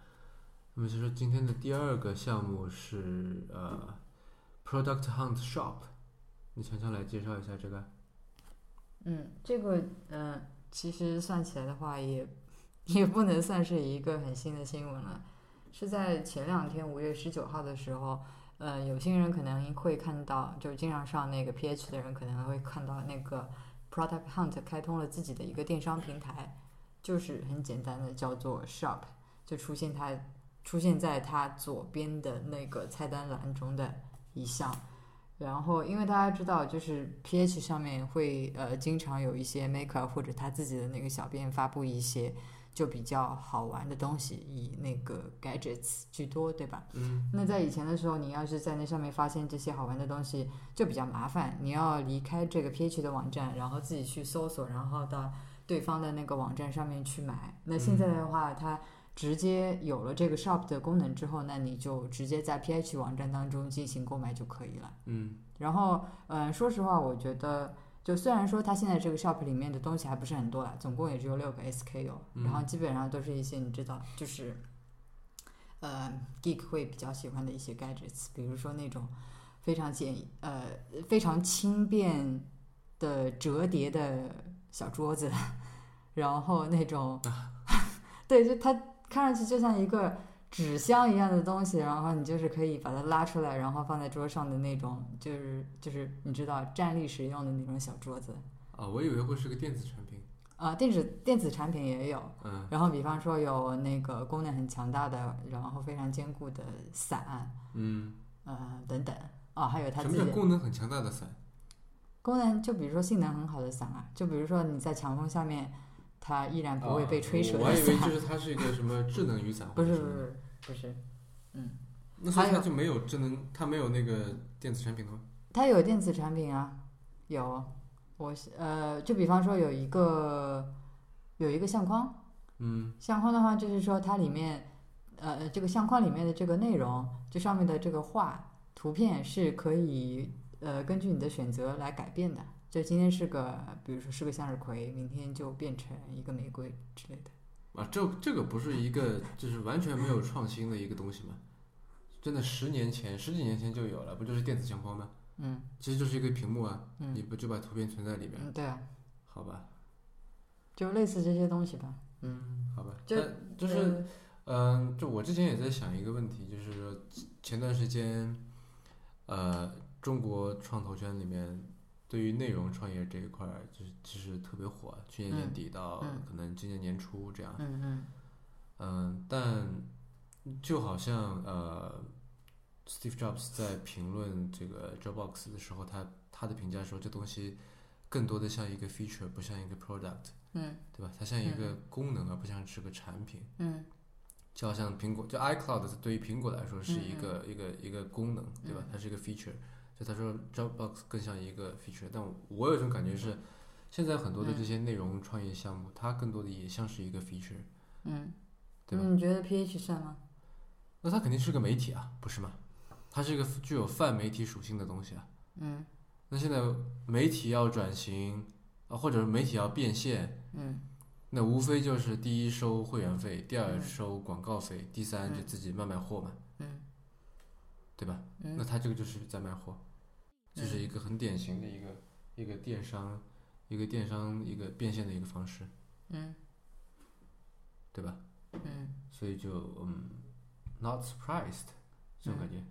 Speaker 1: 那么先说今天的第二个项目是呃 Product Hunt Shop，你强强来介绍一下这个。
Speaker 2: 嗯，这个嗯、呃其实算起来的话也，也不能算是一个很新的新闻了。是在前两天五月十九号的时候，呃，有些人可能会看到，就经常上那个 PH 的人可能会看到那个 Product Hunt 开通了自己的一个电商平台，就是很简单的叫做 Shop，就出现它出现在它左边的那个菜单栏中的一项。然后，因为大家知道，就是 PH 上面会呃经常有一些 maker 或者他自己的那个小编发布一些就比较好玩的东西，以那个 gadgets 居多，对吧？
Speaker 1: 嗯，
Speaker 2: 那在以前的时候，你要是在那上面发现这些好玩的东西，就比较麻烦。你要离开这个 PH 的网站，然后自己去搜索，然后到对方的那个网站上面去买。那现在的话，它直接有了这个 Shop 的功能之后，那你就直接在 PH 网站当中进行购买就可以了。
Speaker 1: 嗯。
Speaker 2: 然后，嗯、说实话，我觉得，就虽然说它现在这个 shop 里面的东西还不是很多啦，总共也只有六个 SKU，、
Speaker 1: 嗯
Speaker 2: 然后基本上都是一些你知道，就是，呃，geek 会比较喜欢的一些 gadgets，比如说那种非常简呃非常轻便的折叠的小桌子， 然后那种， 对，就它看上去就像一个纸箱一样的东西，然后你就是可以把它拉出来，然后放在桌上的那种，就是就是你知道站立使用的那种小桌子
Speaker 1: 啊，我以为会是个电子产品。
Speaker 2: 啊、电子电子产品也有，
Speaker 1: 嗯
Speaker 2: 然后比方说有那个功能很强大的，然后非常坚固的伞，
Speaker 1: 嗯，
Speaker 2: 呃等等啊、还有它
Speaker 1: 什
Speaker 2: 自
Speaker 1: 么
Speaker 2: 己
Speaker 1: 叫
Speaker 2: 的
Speaker 1: 功能很强大的伞？
Speaker 2: 功能，就比如说性能很好的伞啊，就比如说你在强风下面，它依然不会被吹折
Speaker 1: 啊我还
Speaker 2: 的
Speaker 1: 以为
Speaker 2: 伞，
Speaker 1: 就是它是一个什么智能雨伞，
Speaker 2: 不
Speaker 1: 或
Speaker 2: 是
Speaker 1: 者
Speaker 2: 不
Speaker 1: 什么的，
Speaker 2: 是不是，
Speaker 1: 那所以
Speaker 2: 还有
Speaker 1: 它就没有智能，它没有那个电子产品的吗？
Speaker 2: 它有电子产品啊，有，我是呃，就比方说有一个有一个相框，
Speaker 1: 嗯
Speaker 2: 相框的话就是说它里面，呃，这个相框里面的这个内容，这上面的这个画图片是可以呃根据你的选择来改变的。就今天是个，比如说是个向日葵，明天就变成一个玫瑰之类的。
Speaker 1: 啊，这这个不是一个就是完全没有创新的一个东西吗？真的十年前、十几年前就有了，不就是电子相框吗？
Speaker 2: 嗯
Speaker 1: 其实就是一个屏幕啊，你
Speaker 2: 嗯
Speaker 1: 不就把图片存在里面？
Speaker 2: 嗯，对啊，
Speaker 1: 好吧，
Speaker 2: 就类似这些东西吧。
Speaker 1: 嗯，好吧，
Speaker 2: 就
Speaker 1: 但就是嗯，就我之前也在想一个问题，就是说前段时间，呃，中国创投圈里面对于内容创业这一块儿，就是其实特别火，去年年
Speaker 2: 嗯
Speaker 1: 底到
Speaker 2: 嗯
Speaker 1: 可能今年年初这样。
Speaker 2: 嗯嗯
Speaker 1: 嗯，但就好像呃，Steve Jobs 在评论这个 Dropbox 的时候，他他的评价说这东西更多的像一个 feature，不像一个 product，
Speaker 2: 嗯
Speaker 1: 对吧？它像一个
Speaker 2: 嗯
Speaker 1: 功能，而不像是个产品。
Speaker 2: 嗯
Speaker 1: 就好像苹果，就 iCloud 对于苹果来说是一
Speaker 2: 嗯嗯
Speaker 1: 个、一个一个功能，对吧
Speaker 2: 嗯？
Speaker 1: 它是一个 feature，所以他说 Dropbox 更像一个 feature。但我有一种感觉是，现在很多的
Speaker 2: 嗯
Speaker 1: 这些内容创业项目，它更多的也像是一个 feature，
Speaker 2: 嗯
Speaker 1: 对吧？
Speaker 2: 嗯，你觉得 PH 算吗？
Speaker 1: 那它肯定是个媒体啊，不是吗？它是一个具有泛媒体属性的东西啊。
Speaker 2: 嗯
Speaker 1: 呃那现在媒体要转型啊，或者媒体要变现，
Speaker 2: 嗯
Speaker 1: 那无非就是第一收会员费，第二
Speaker 2: 嗯
Speaker 1: 收广告费，第三就
Speaker 2: 嗯
Speaker 1: 自己卖卖货嘛，
Speaker 2: 嗯
Speaker 1: 对吧？那
Speaker 2: 嗯
Speaker 1: 他这个就是在卖货，这、是一个很典型的一个一个电商，一个电商一个变现的一个方式，
Speaker 2: 嗯
Speaker 1: 对吧？
Speaker 2: 嗯
Speaker 1: 所以就嗯，not surprised 这种感觉。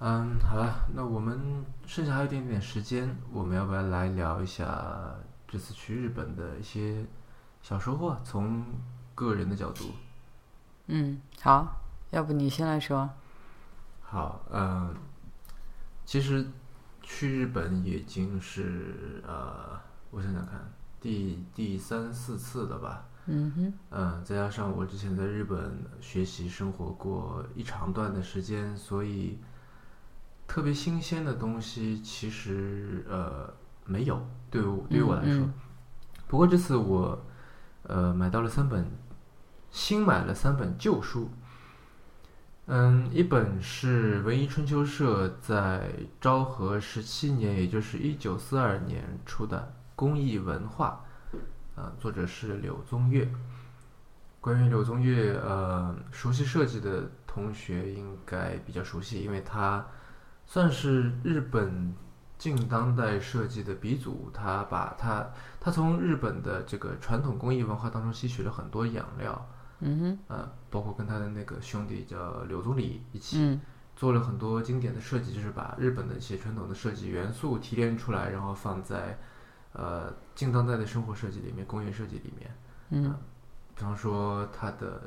Speaker 1: 嗯，好了，那我们剩下还有一点点时间，我们要不要来聊一下这次去日本的一些小收获？从个人的角度，
Speaker 2: 嗯，好，要不你先来说。
Speaker 1: 好，嗯，其实去日本已经是呃，我想想看，第第三四次了吧？
Speaker 2: 嗯哼，
Speaker 1: 嗯，再加上我之前在日本学习生活过一长段的时间，所以特别新鲜的东西其实呃没有，对我对于我来说。
Speaker 2: 嗯
Speaker 1: 不过这次我呃买到了三本，新买了三本旧书。嗯，一本是文艺春秋社在昭和十七年，也就是一九四二年出的《公益文化》，啊、作者是柳宗悦。关于柳宗悦，呃，熟悉设计的同学应该比较熟悉，因为他算是日本近当代设计的鼻祖。他把他他从日本的这个传统工艺文化当中吸取了很多养料，
Speaker 2: 嗯哼，
Speaker 1: 呃，包括跟他的那个兄弟叫柳宗理一起
Speaker 2: 嗯
Speaker 1: 做了很多经典的设计，就是把日本的一些传统的设计元素提炼出来，然后放在呃近当代的生活设计里面、工业设计里面。
Speaker 2: 嗯
Speaker 1: 比方说他的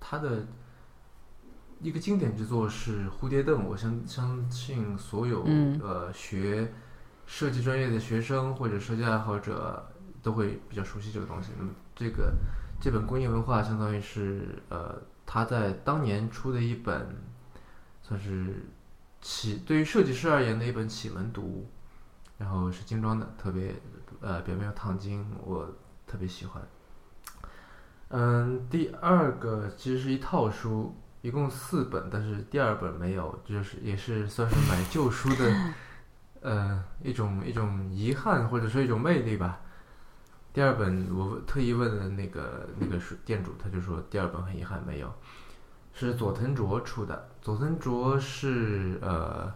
Speaker 1: 他的一个经典之作是蝴蝶凳，我相相信所有、
Speaker 2: 嗯
Speaker 1: 呃学设计专业的学生或者设计爱好者都会比较熟悉这个东西。那么这个这本工业文化相当于是呃他在当年出的一本算是启对于设计师而言的一本启蒙读，然后是精装的，特别呃表面有烫金，我特别喜欢。嗯，第二个其实是一套书，一共四本，但是第二本没有，就是也是算是买旧书的，呃，一种一种遗憾或者说一种魅力吧。第二本我特意问了那个那个书店主，他就说第二本很遗憾没有，是佐藤卓出的。佐藤卓是呃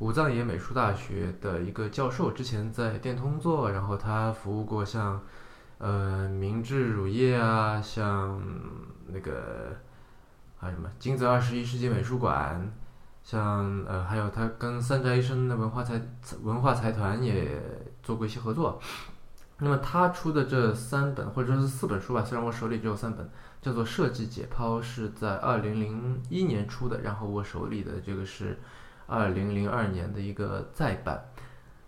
Speaker 1: 武藏野美术大学的一个教授，之前在电通做，然后他服务过像。呃，明治乳业啊，像那个还有什么金泽二十一世纪美术馆，像呃，还有他跟三宅一生的文化财文化财团也做过一些合作。那么他出的这三本或者说是四本书吧，虽然我手里只有三本，叫做《设计解剖》是在二零零一年出的，然后我手里的这个是二零零二年的一个再版。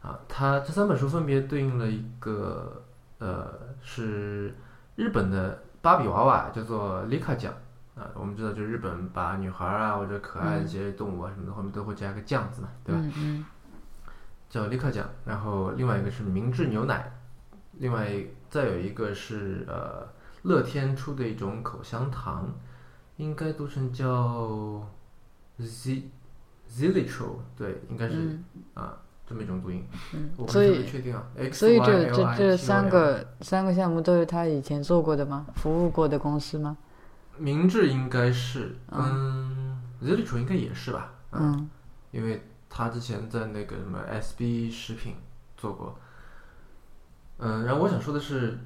Speaker 1: 啊，它这三本书分别对应了一个呃，是日本的芭比娃娃，叫做 Lika 酱啊。我们知道，就是日本把女孩儿啊或者可爱的一些动物啊什么的，后面都会加个酱字嘛，对吧？
Speaker 2: 嗯嗯
Speaker 1: 叫立刻酱，然后另外一个是明治牛奶，另外再有一个是呃乐天出的一种口香糖，应该读成叫 z zilitro，对，应该是、
Speaker 2: 嗯
Speaker 1: 啊这么一种读音，我
Speaker 2: 嗯，
Speaker 1: 不
Speaker 2: 所
Speaker 1: 是特别
Speaker 2: 以
Speaker 1: 确定啊。
Speaker 2: 所以
Speaker 1: XY
Speaker 2: 这这
Speaker 1: LI
Speaker 2: 这三
Speaker 1: TOL
Speaker 2: 个三个项目都是他以前做过的吗？服务过的公司吗？
Speaker 1: 明治应该是嗯 zilitro 应该也是吧，啊
Speaker 2: 嗯
Speaker 1: 因为他之前在那个什么 SB 食品做过。嗯，然后我想说的是，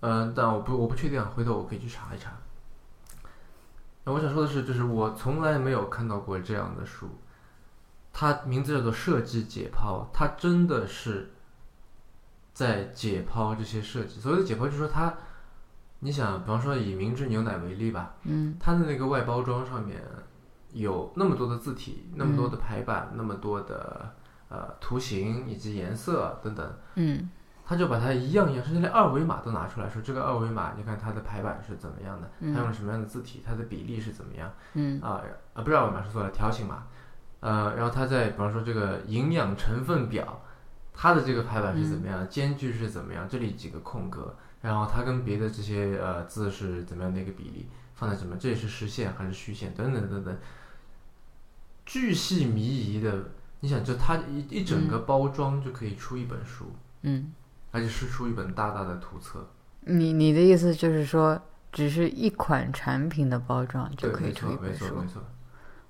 Speaker 1: 嗯，但我不我不确定啊，回头我可以去查一查。然后我想说的是，就是我从来没有看到过这样的书，它名字叫做《设计解剖》，它真的是在解剖这些设计。所谓的解剖，就是说它，你想，比方说以明治牛奶为例吧，
Speaker 2: 嗯
Speaker 1: 它的那个外包装上面有那么多的字体，那么多的排版，那么多的呃图形以及颜色等等，
Speaker 2: 嗯
Speaker 1: 他就把它一样一样，甚至连二维码都拿出来说，这个二维码你看它的排版是怎么样的，它用
Speaker 2: 嗯
Speaker 1: 了什么样的字体，它的比例是怎么样
Speaker 2: 嗯
Speaker 1: 啊啊，不是二维码是错了，条形码，呃，然后它在比方说这个营养成分表，它的这个排版是怎么
Speaker 3: 嗯
Speaker 1: 样，间距是怎么样，这里几个空格，然后它跟别的这些呃字是怎么样的一个比例，放在什么，这是实线还是虚线，等等等等，巨细靡遗的，你想，就它一一
Speaker 3: 嗯
Speaker 1: 整个包装就可以出一本书，
Speaker 2: 嗯
Speaker 1: 而且是出一本大大的图册，
Speaker 3: 你你的意思就是说，只是一款产品的包装就
Speaker 1: 对，
Speaker 3: 可以
Speaker 1: 没
Speaker 3: 出
Speaker 1: 错
Speaker 3: 一，
Speaker 1: 没
Speaker 3: 本书
Speaker 1: 错，？没错。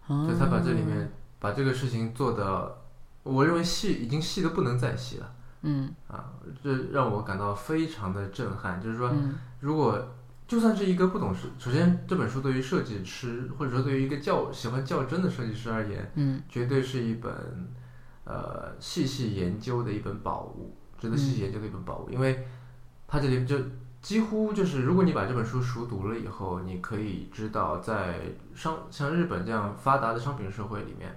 Speaker 3: 哦
Speaker 1: 所以他把这里面把这个事情做的，我认为细已经细的不能再细了
Speaker 3: 嗯
Speaker 1: 啊，这让我感到非常的震撼。就是说，
Speaker 3: 嗯
Speaker 1: 如果就算是一个不懂事，首先这本书对于设计师或者说对于一个较喜欢较真的设计师而言，
Speaker 3: 嗯
Speaker 1: 绝对是一本呃细细研究的一本宝物，值得细细研究的一本宝物，因为它这里就几乎就是，如果你把这本书熟读了以后，你可以知道，在商像日本这样发达的商品社会里面，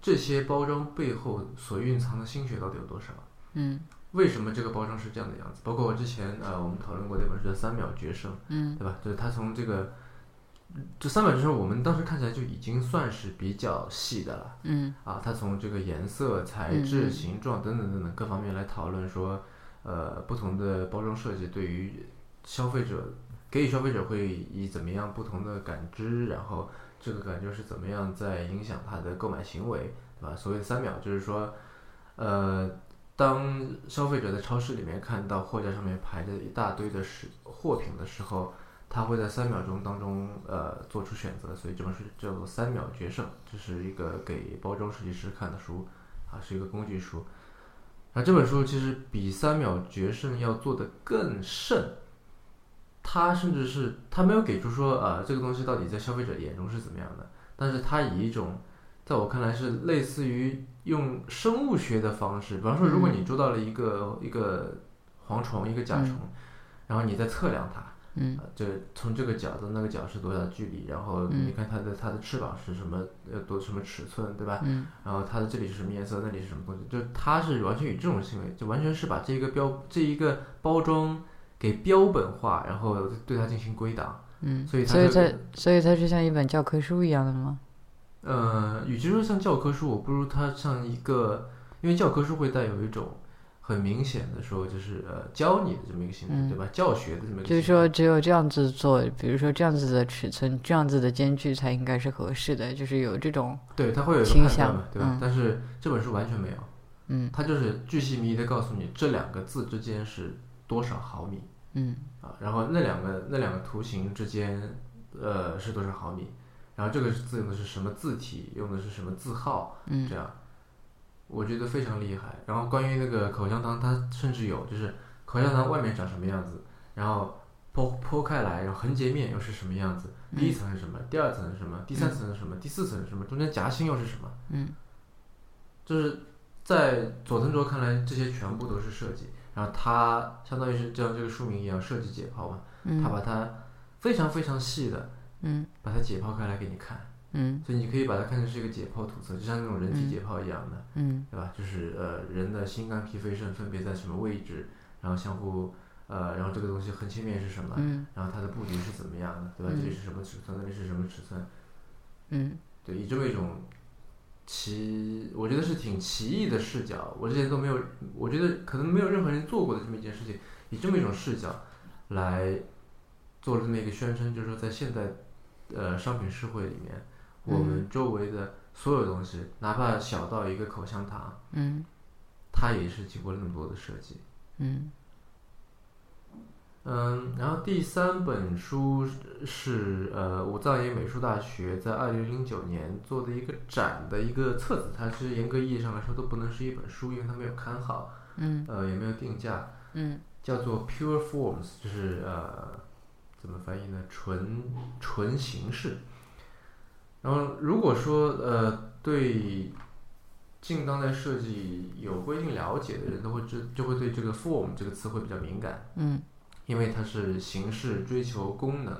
Speaker 1: 这些包装背后所蕴藏的心血到底有多少。
Speaker 3: 嗯
Speaker 1: 为什么这个包装是这样的样子？包括我之前呃，我们讨论过的一本书叫《三秒决胜》，
Speaker 3: 嗯
Speaker 1: 对吧？就是他从这个，这三秒决胜，我们当时看起来就已经算是比较细的了。
Speaker 3: 嗯
Speaker 1: 啊，它从这个颜色、材
Speaker 3: 嗯嗯
Speaker 1: 质、形状等等等等各方面来讨论说，呃，不同的包装设计对于消费者给予消费者会以怎么样不同的感知，然后这个感知是怎么样在影响他的购买行为，对吧？所谓三秒就是说，呃，当消费者在超市里面看到货架上面排着一大堆的是货品的时候，他会在三秒钟当中呃做出选择，所以这本书叫做《三秒决胜》，这是一个给包装设计师看的书，啊，是一个工具书。而这本书其实比《三秒决胜》要做的更甚，他甚至是他没有给出说啊、呃这个东西到底在消费者眼中是怎么样的，但是他以一种在我看来是类似于用生物学的方式，比方说如果你捉到了一个、一个蝗虫、一个甲虫，然后你在测量它。
Speaker 3: 嗯
Speaker 1: 呃这从这个角到那个角是多少距离，然后
Speaker 3: 嗯
Speaker 1: 你看它的它的翅膀是什么呃多什么尺寸，对吧？
Speaker 3: 嗯
Speaker 1: 然后它的这里是什么颜色，那里是什么东西，就它是完全以这种行为，就完全是把这个标这一个包装给标本化，然后对它进行归档。
Speaker 3: 嗯，
Speaker 1: 所以它
Speaker 3: 所以
Speaker 1: 就
Speaker 3: 它所以它是像一本教科书一样的吗？
Speaker 1: 呃，与其说像教科书，我不如它像一个，因为教科书会带有一种很明显的说就是呃教你的这么一个性质，
Speaker 3: 嗯
Speaker 1: 对吧？教学的这么一个
Speaker 3: 就
Speaker 1: 性
Speaker 3: 是
Speaker 1: 质。
Speaker 3: 说，只有这样子做，比如说这样子的尺寸、这样子的间距才应该是合适的，就是有这种
Speaker 1: 对，它会有一个
Speaker 3: 倾
Speaker 1: 判断
Speaker 3: 向
Speaker 1: 嘛，对吧？
Speaker 3: 嗯
Speaker 1: 但是这本书完全没有。
Speaker 3: 嗯
Speaker 1: 它就是巨细靡遗的告诉你这两个字之间是多少毫米
Speaker 3: 嗯
Speaker 1: 啊，然后那两个那两个图形之间，呃是多少毫米，然后这个字用的是什么字体，用的是什么字号，
Speaker 3: 嗯
Speaker 1: 这样，我觉得非常厉害。然后关于那个口香糖，它甚至有就是口香糖外面长什么样子，然后剖剖开来，然后横截面又是什么样子，第
Speaker 3: 嗯
Speaker 1: 一层是什么，第二层是什么，第三层是什么，第四层是什么，中间夹心又是什么。
Speaker 3: 嗯
Speaker 1: 就是在佐藤卓看来，这些全部都是设计。然后他相当于是就像这个书名一样，设计解剖嘛，他
Speaker 3: 嗯
Speaker 1: 把它非常非常细的
Speaker 3: 嗯
Speaker 1: 把它解剖开来给你看，
Speaker 3: 嗯
Speaker 1: 所以你可以把它看成是一个解剖图册，就像那种人体
Speaker 3: 嗯
Speaker 1: 解剖一样的，
Speaker 3: 嗯
Speaker 1: 对吧？就是呃人的心肝脾肺肾分别在什么位置，然后相互呃，然后这个东西横切面是什么，
Speaker 3: 嗯
Speaker 1: 然后它的布局是怎么样的，对吧？
Speaker 3: 嗯
Speaker 1: 这里是什么尺寸，那里是什么尺寸，
Speaker 3: 嗯
Speaker 1: 对，以这么一种奇，我觉得是挺奇异的视角，我之前都没有，我觉得可能没有任何人做过的这么一件事情，以这么一种视角来做了这么一个宣称，就是说在现代呃商品社会里面，我们周围的所有东西，哪怕小到一个口香糖，
Speaker 3: 嗯
Speaker 1: 它也是经过了那么多的设计。
Speaker 3: 嗯
Speaker 1: 嗯，然后第三本书是呃武藏野美术大学在二零零九年做的一个展的一个册子，它其实严格意义上来说都不能是一本书，因为它没有刊号，
Speaker 3: 嗯
Speaker 1: 呃也没有定价，
Speaker 3: 嗯
Speaker 1: 叫做 Pure Forms，就是呃怎么翻译呢？纯纯形式。然后如果说呃对近当代设计有过一定了解的人，都会知就会对这个 form 这个词会比较敏感。
Speaker 3: 嗯
Speaker 1: 因为它是形式追求功能，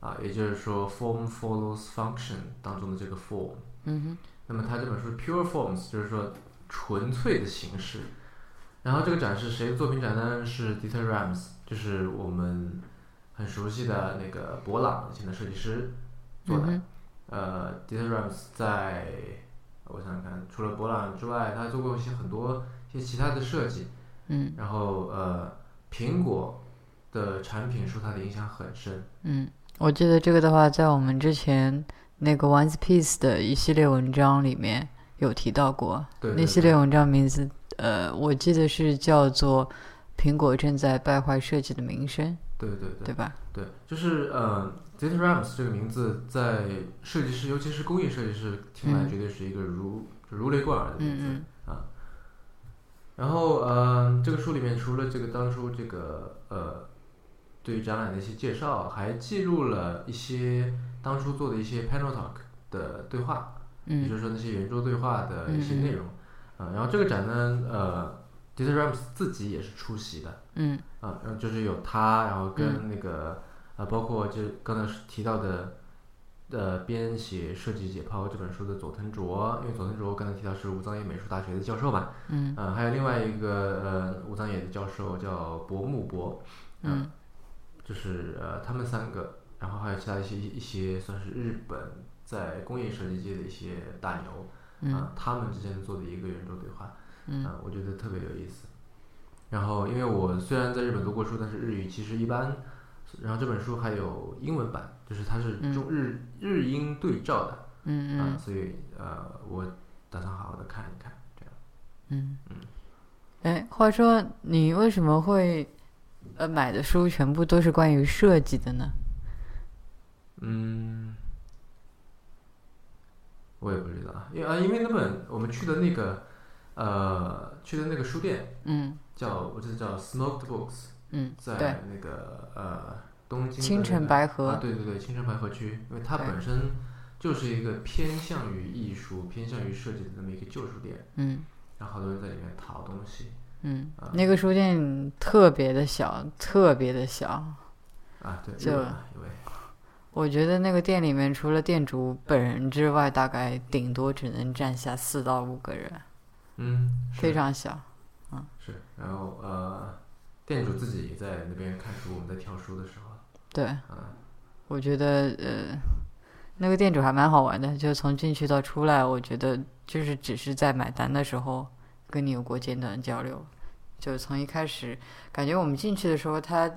Speaker 1: 啊，也就是说 form follows function 当中的这个 form。
Speaker 3: 嗯
Speaker 1: 那么它这本书 pure forms 就是说纯粹的形式。然后这个展是谁的作品展呢？是 Dieter Rams，就是我们很熟悉的那个博朗以前的设计师做的。
Speaker 3: 嗯
Speaker 1: 呃，Dieter Rams 在我想想看，除了博朗之外，他还做过一些很多一些其他的设计。
Speaker 3: 嗯
Speaker 1: 然后呃，苹果的产品受它的影响很深。
Speaker 3: 嗯，我记得这个的话，在我们之前那个 One Piece 的一系列文章里面有提到过，
Speaker 1: 对对
Speaker 3: 那系列文章名字，呃，我记得是叫做
Speaker 2: 苹果正在败坏设计的名声，
Speaker 1: 对对对
Speaker 2: 对吧？
Speaker 1: 对，就是呃，DataRams 这个名字在设计师，尤其是工业设计师听来，
Speaker 2: 嗯
Speaker 1: 绝对是一个如、如雷贯耳的名字。
Speaker 2: 嗯
Speaker 1: 然后呃，这个书里面除了这个当初这个呃对于展览的一些介绍，还记录了一些当初做的一些 panel talk 的对话，也
Speaker 2: 嗯
Speaker 1: 就是说那些圆桌对话的一些
Speaker 2: 嗯嗯
Speaker 1: 内容。呃，然后这个展呢，呃，DataRams 自己也是出席的。
Speaker 2: 嗯
Speaker 1: 啊，然后就是有他，然后跟那个、呃，包括就是刚才提到的，呃，编写《设计解剖》这本书的佐藤卓，因为佐藤卓刚才提到是武藏野美术大学的教授嘛，
Speaker 2: 嗯
Speaker 1: 呃，还有另外一个呃武藏野的教授叫薄木博，呃
Speaker 2: 嗯
Speaker 1: 就是呃他们三个，然后还有其他一些一些算是日本在工业设计界的一些大牛，
Speaker 2: 嗯
Speaker 1: 啊，他们之间做的一个圆桌对话，
Speaker 2: 嗯
Speaker 1: 啊，我觉得特别有意思。然后，因为我虽然在日本读过书，但是日语其实一般。然后这本书还有英文版，就是它是
Speaker 2: 嗯
Speaker 1: 中日、日英对照的
Speaker 2: 嗯嗯
Speaker 1: 啊，所以呃，我打算好好的看一看。这样，
Speaker 2: 嗯，哎，话说你为什么会呃买的书全部都是关于设计的呢？
Speaker 1: 嗯，我也不知道，因为啊，因为那本我们去的那个呃去的那个书店
Speaker 2: 嗯
Speaker 1: 叫我记得叫 Smoked Books，
Speaker 2: 嗯，对，
Speaker 1: 在那个呃东京的那
Speaker 2: 青城
Speaker 1: 个
Speaker 2: 白河，
Speaker 1: 啊，对对对，青城白河区，因为它
Speaker 2: 对
Speaker 1: 本身就是一个偏向于艺术、偏向于设计的这么一个旧书店，
Speaker 2: 嗯
Speaker 1: 然后好多人在里面淘东西
Speaker 2: 嗯
Speaker 1: 啊，
Speaker 2: 那个书店特别的小，特别的小。
Speaker 1: 啊，对，日
Speaker 2: 就
Speaker 1: 本嘛因为
Speaker 2: 我觉得那个店里面除了店主本人之外，大概顶多只能站下四到五个人，
Speaker 1: 嗯，是
Speaker 2: 非常小。
Speaker 1: 是，然后呃，店主自己也在那边看书，我们在挑书的时候
Speaker 2: 对，
Speaker 1: 啊，
Speaker 2: 我觉得呃，那个店主还蛮好玩的，就从进去到出来，我觉得就是只是在买单的时候跟你有过简短的交流，就从一开始感觉我们进去的时候，他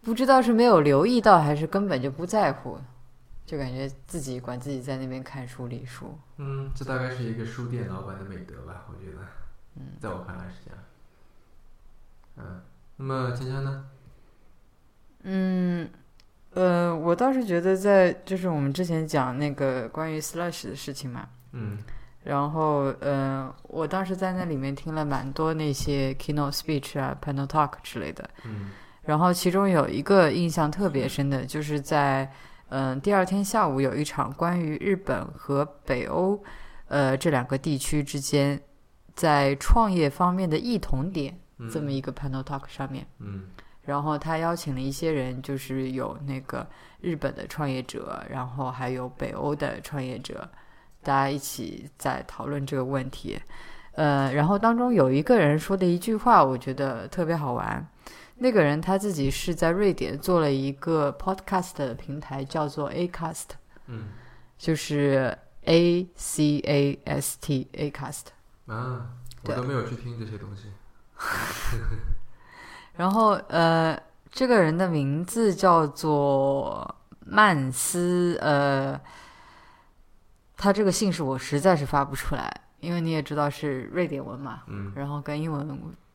Speaker 2: 不知道是没有留意到，还是根本就不在乎，就感觉自己管自己在那边看书理书。
Speaker 1: 嗯，这大概是一个书店老板的美德吧，我觉得，嗯，在我看来是这样，嗯，那么芊芊呢？
Speaker 2: 嗯，呃，我倒是觉得在就是我们之前讲那个关于 slash 的事情嘛，
Speaker 1: 嗯
Speaker 2: 然后，呃，我当时在那里面听了蛮多那些 keynote speech 啊、panel talk 之类的。
Speaker 1: 嗯
Speaker 2: 然后其中有一个印象特别深的，就是在嗯、呃第二天下午有一场关于日本和北欧呃这两个地区之间在创业方面的异同点
Speaker 1: 嗯，
Speaker 2: 这么一个 panel talk 上面。
Speaker 1: 嗯
Speaker 2: 然后他邀请了一些人，就是有那个日本的创业者，然后还有北欧的创业者，大家一起在讨论这个问题。呃，然后当中有一个人说的一句话，我觉得特别好玩。那个人他自己是在瑞典做了一个 podcast 的平台，叫做 Acast，
Speaker 1: 嗯
Speaker 2: 就是 A C A S T Acast。
Speaker 1: 啊，我
Speaker 2: 对
Speaker 1: 都没有去听这些东西，
Speaker 2: 然后呃，这个人的名字叫做曼斯，呃，他这个姓氏我实在是发不出来，因为你也知道是瑞典文嘛，
Speaker 1: 嗯。
Speaker 2: 然后跟英文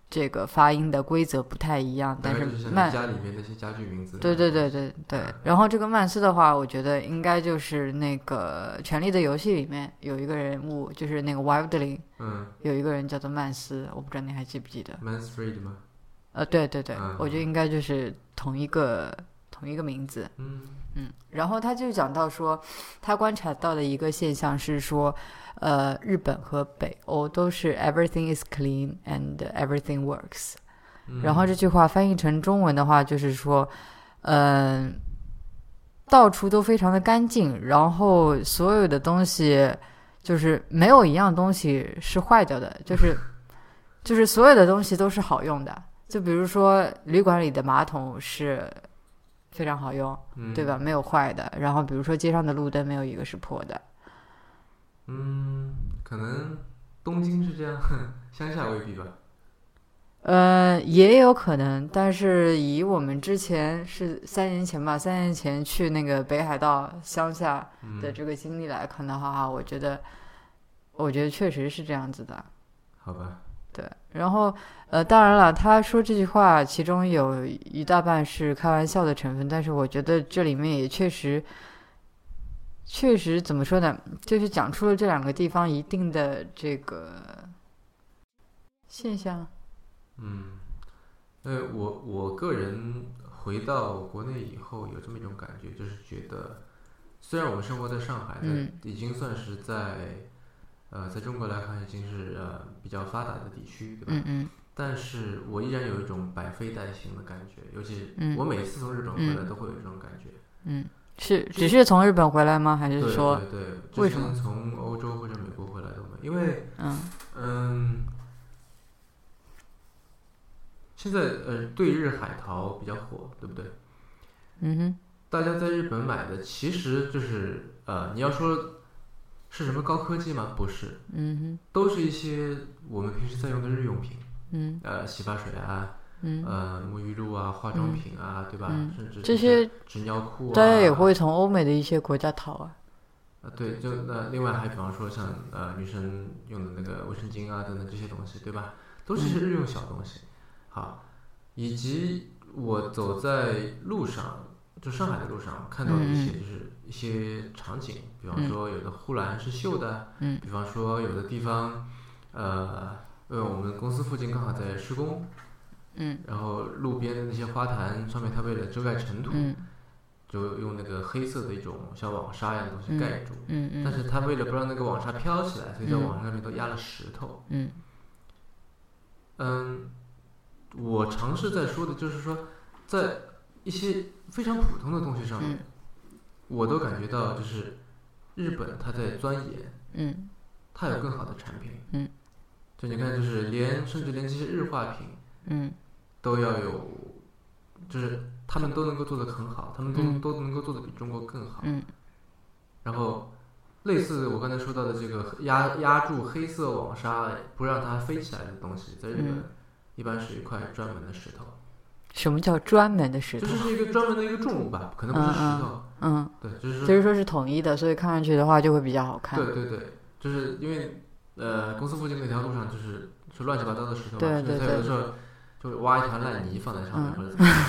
Speaker 2: 这个发音的规则不太一样，
Speaker 1: 大
Speaker 2: 但
Speaker 1: 概
Speaker 2: 是
Speaker 1: 就像
Speaker 2: 曼
Speaker 1: 你家里面那些家具名字。
Speaker 2: 对对对对对。然后这个曼斯的话，我觉得应该就是那个《权力的游戏》里面有一个人物，就是那个 Wildling，
Speaker 1: 嗯
Speaker 2: 有一个人叫做曼斯，我不知道你还记不记得？
Speaker 1: ，Mansfried 吗？
Speaker 2: 呃，对对对，
Speaker 1: 嗯
Speaker 2: 我觉得应该就是同一个同一个名字。
Speaker 1: 嗯
Speaker 2: 嗯，然后他就讲到说，他观察到的一个现象是说，呃，日本和北欧都是 everything is clean and everything works。
Speaker 1: 嗯
Speaker 2: 然后这句话翻译成中文的话，就是说，嗯、到处都非常的干净，然后所有的东西就是没有一样东西是坏掉的，就是就是所有的东西都是好用的。就比如说旅馆里的马桶是非常好用，
Speaker 1: 嗯
Speaker 2: 对？吧？没有坏的。然后比如说街上的路灯没有一个是破的，
Speaker 1: 嗯，可能东京是这样， 乡下未必吧。
Speaker 2: 呃，也有可能，但是以我们之前是三年前吧，三年前去那个北海道乡下
Speaker 1: 嗯
Speaker 2: 的，这个经历来看的话，我觉得，我觉得确实是这样子的。
Speaker 1: 好吧，
Speaker 2: 对，然后呃，当然了，他说这句话其中有一大半是开玩笑的成分，但是我觉得这里面也确实，确实怎么说呢，就是讲出了这两个地方一定的这个现象。
Speaker 1: 嗯，呃，我我个人回到国内以后有这么一种感觉，就是觉得虽然我们生活在上海，
Speaker 2: 嗯
Speaker 1: 但已经算是在呃在中国来看已经是呃比较发达的地区，对吧？
Speaker 2: 嗯嗯
Speaker 1: 但是我依然有一种百废待兴的感觉，尤其
Speaker 2: 嗯
Speaker 1: 我每次从日本回来都会有这种感觉。
Speaker 2: 嗯，是只是从日本回来吗？还是
Speaker 1: 对
Speaker 2: 说，
Speaker 1: 对对，之
Speaker 2: 为什么
Speaker 1: 前从欧洲或者美国回来都没有，因为
Speaker 2: 嗯
Speaker 1: 嗯，现在呃对日海淘比较火，对不对？
Speaker 2: 嗯哼
Speaker 1: 大家在日本买的其实就是呃，你要说是什么高科技吗？不是，
Speaker 2: 嗯哼
Speaker 1: 都是一些我们平时在用的日用品，
Speaker 2: 嗯
Speaker 1: 呃，洗发水啊，
Speaker 2: 嗯，
Speaker 1: 呃，沐浴露啊，化妆品啊，对吧？
Speaker 2: 嗯
Speaker 1: 甚至
Speaker 2: 这
Speaker 1: 是
Speaker 2: 些
Speaker 1: 纸尿裤啊，
Speaker 2: 大家也会从欧美的一些国家淘啊。
Speaker 1: 呃，对，就那另外还比方说像呃女生用的那个卫生巾啊等等这些东西，对吧？都是一些日用小东西。好，以及我走在路上，就上海的路上看到的一些就是一些场景，比方说有的护栏是绣的，
Speaker 2: 嗯
Speaker 1: 比方说有的地方，呃，因为我们公司附近刚好在施工，
Speaker 2: 嗯
Speaker 1: 然后路边的那些花坛上面它为了遮盖尘土，
Speaker 2: 嗯
Speaker 1: 就用那个黑色的一种像网纱一样的东西
Speaker 2: 嗯
Speaker 1: 盖住。
Speaker 2: 嗯嗯
Speaker 1: 但是他为了不让那个网纱飘起来，所以在
Speaker 2: 嗯
Speaker 1: 网上面都压了石头。
Speaker 2: 嗯
Speaker 1: 嗯，我尝试在说的就是说，在一些非常普通的东西上
Speaker 2: 嗯
Speaker 1: 面，我都感觉到就是日本它在钻研，
Speaker 2: 嗯
Speaker 1: 它有更好的产品。
Speaker 2: 嗯，
Speaker 1: 就你看，就是连甚至连这些日化品
Speaker 2: 嗯
Speaker 1: 都要有，就是他们都能够做得很好，他们都、
Speaker 2: 嗯
Speaker 1: 都能够做得比中国更好。
Speaker 2: 嗯
Speaker 1: 然后，类似我刚才说到的这个压压住黑色网纱不让它飞起来的东西，在日本
Speaker 2: 嗯
Speaker 1: 一般是一块专门的石头，
Speaker 2: 什么叫专门的石
Speaker 1: 就
Speaker 2: 头？
Speaker 1: 是是一个专门的一个重物吧，可能不是石头，
Speaker 2: 嗯，
Speaker 1: 对，就是
Speaker 2: 所以说是统一的，所以看上去的话就会比较好看。
Speaker 1: 对对对，就是因为呃公司附近那条路上就是是乱七八糟的石头嘛，
Speaker 2: 对
Speaker 1: 所以
Speaker 2: 对
Speaker 1: 它有的
Speaker 2: 对
Speaker 1: 时候就挖一条烂泥放在上面
Speaker 2: 嗯
Speaker 1: 或者怎么样，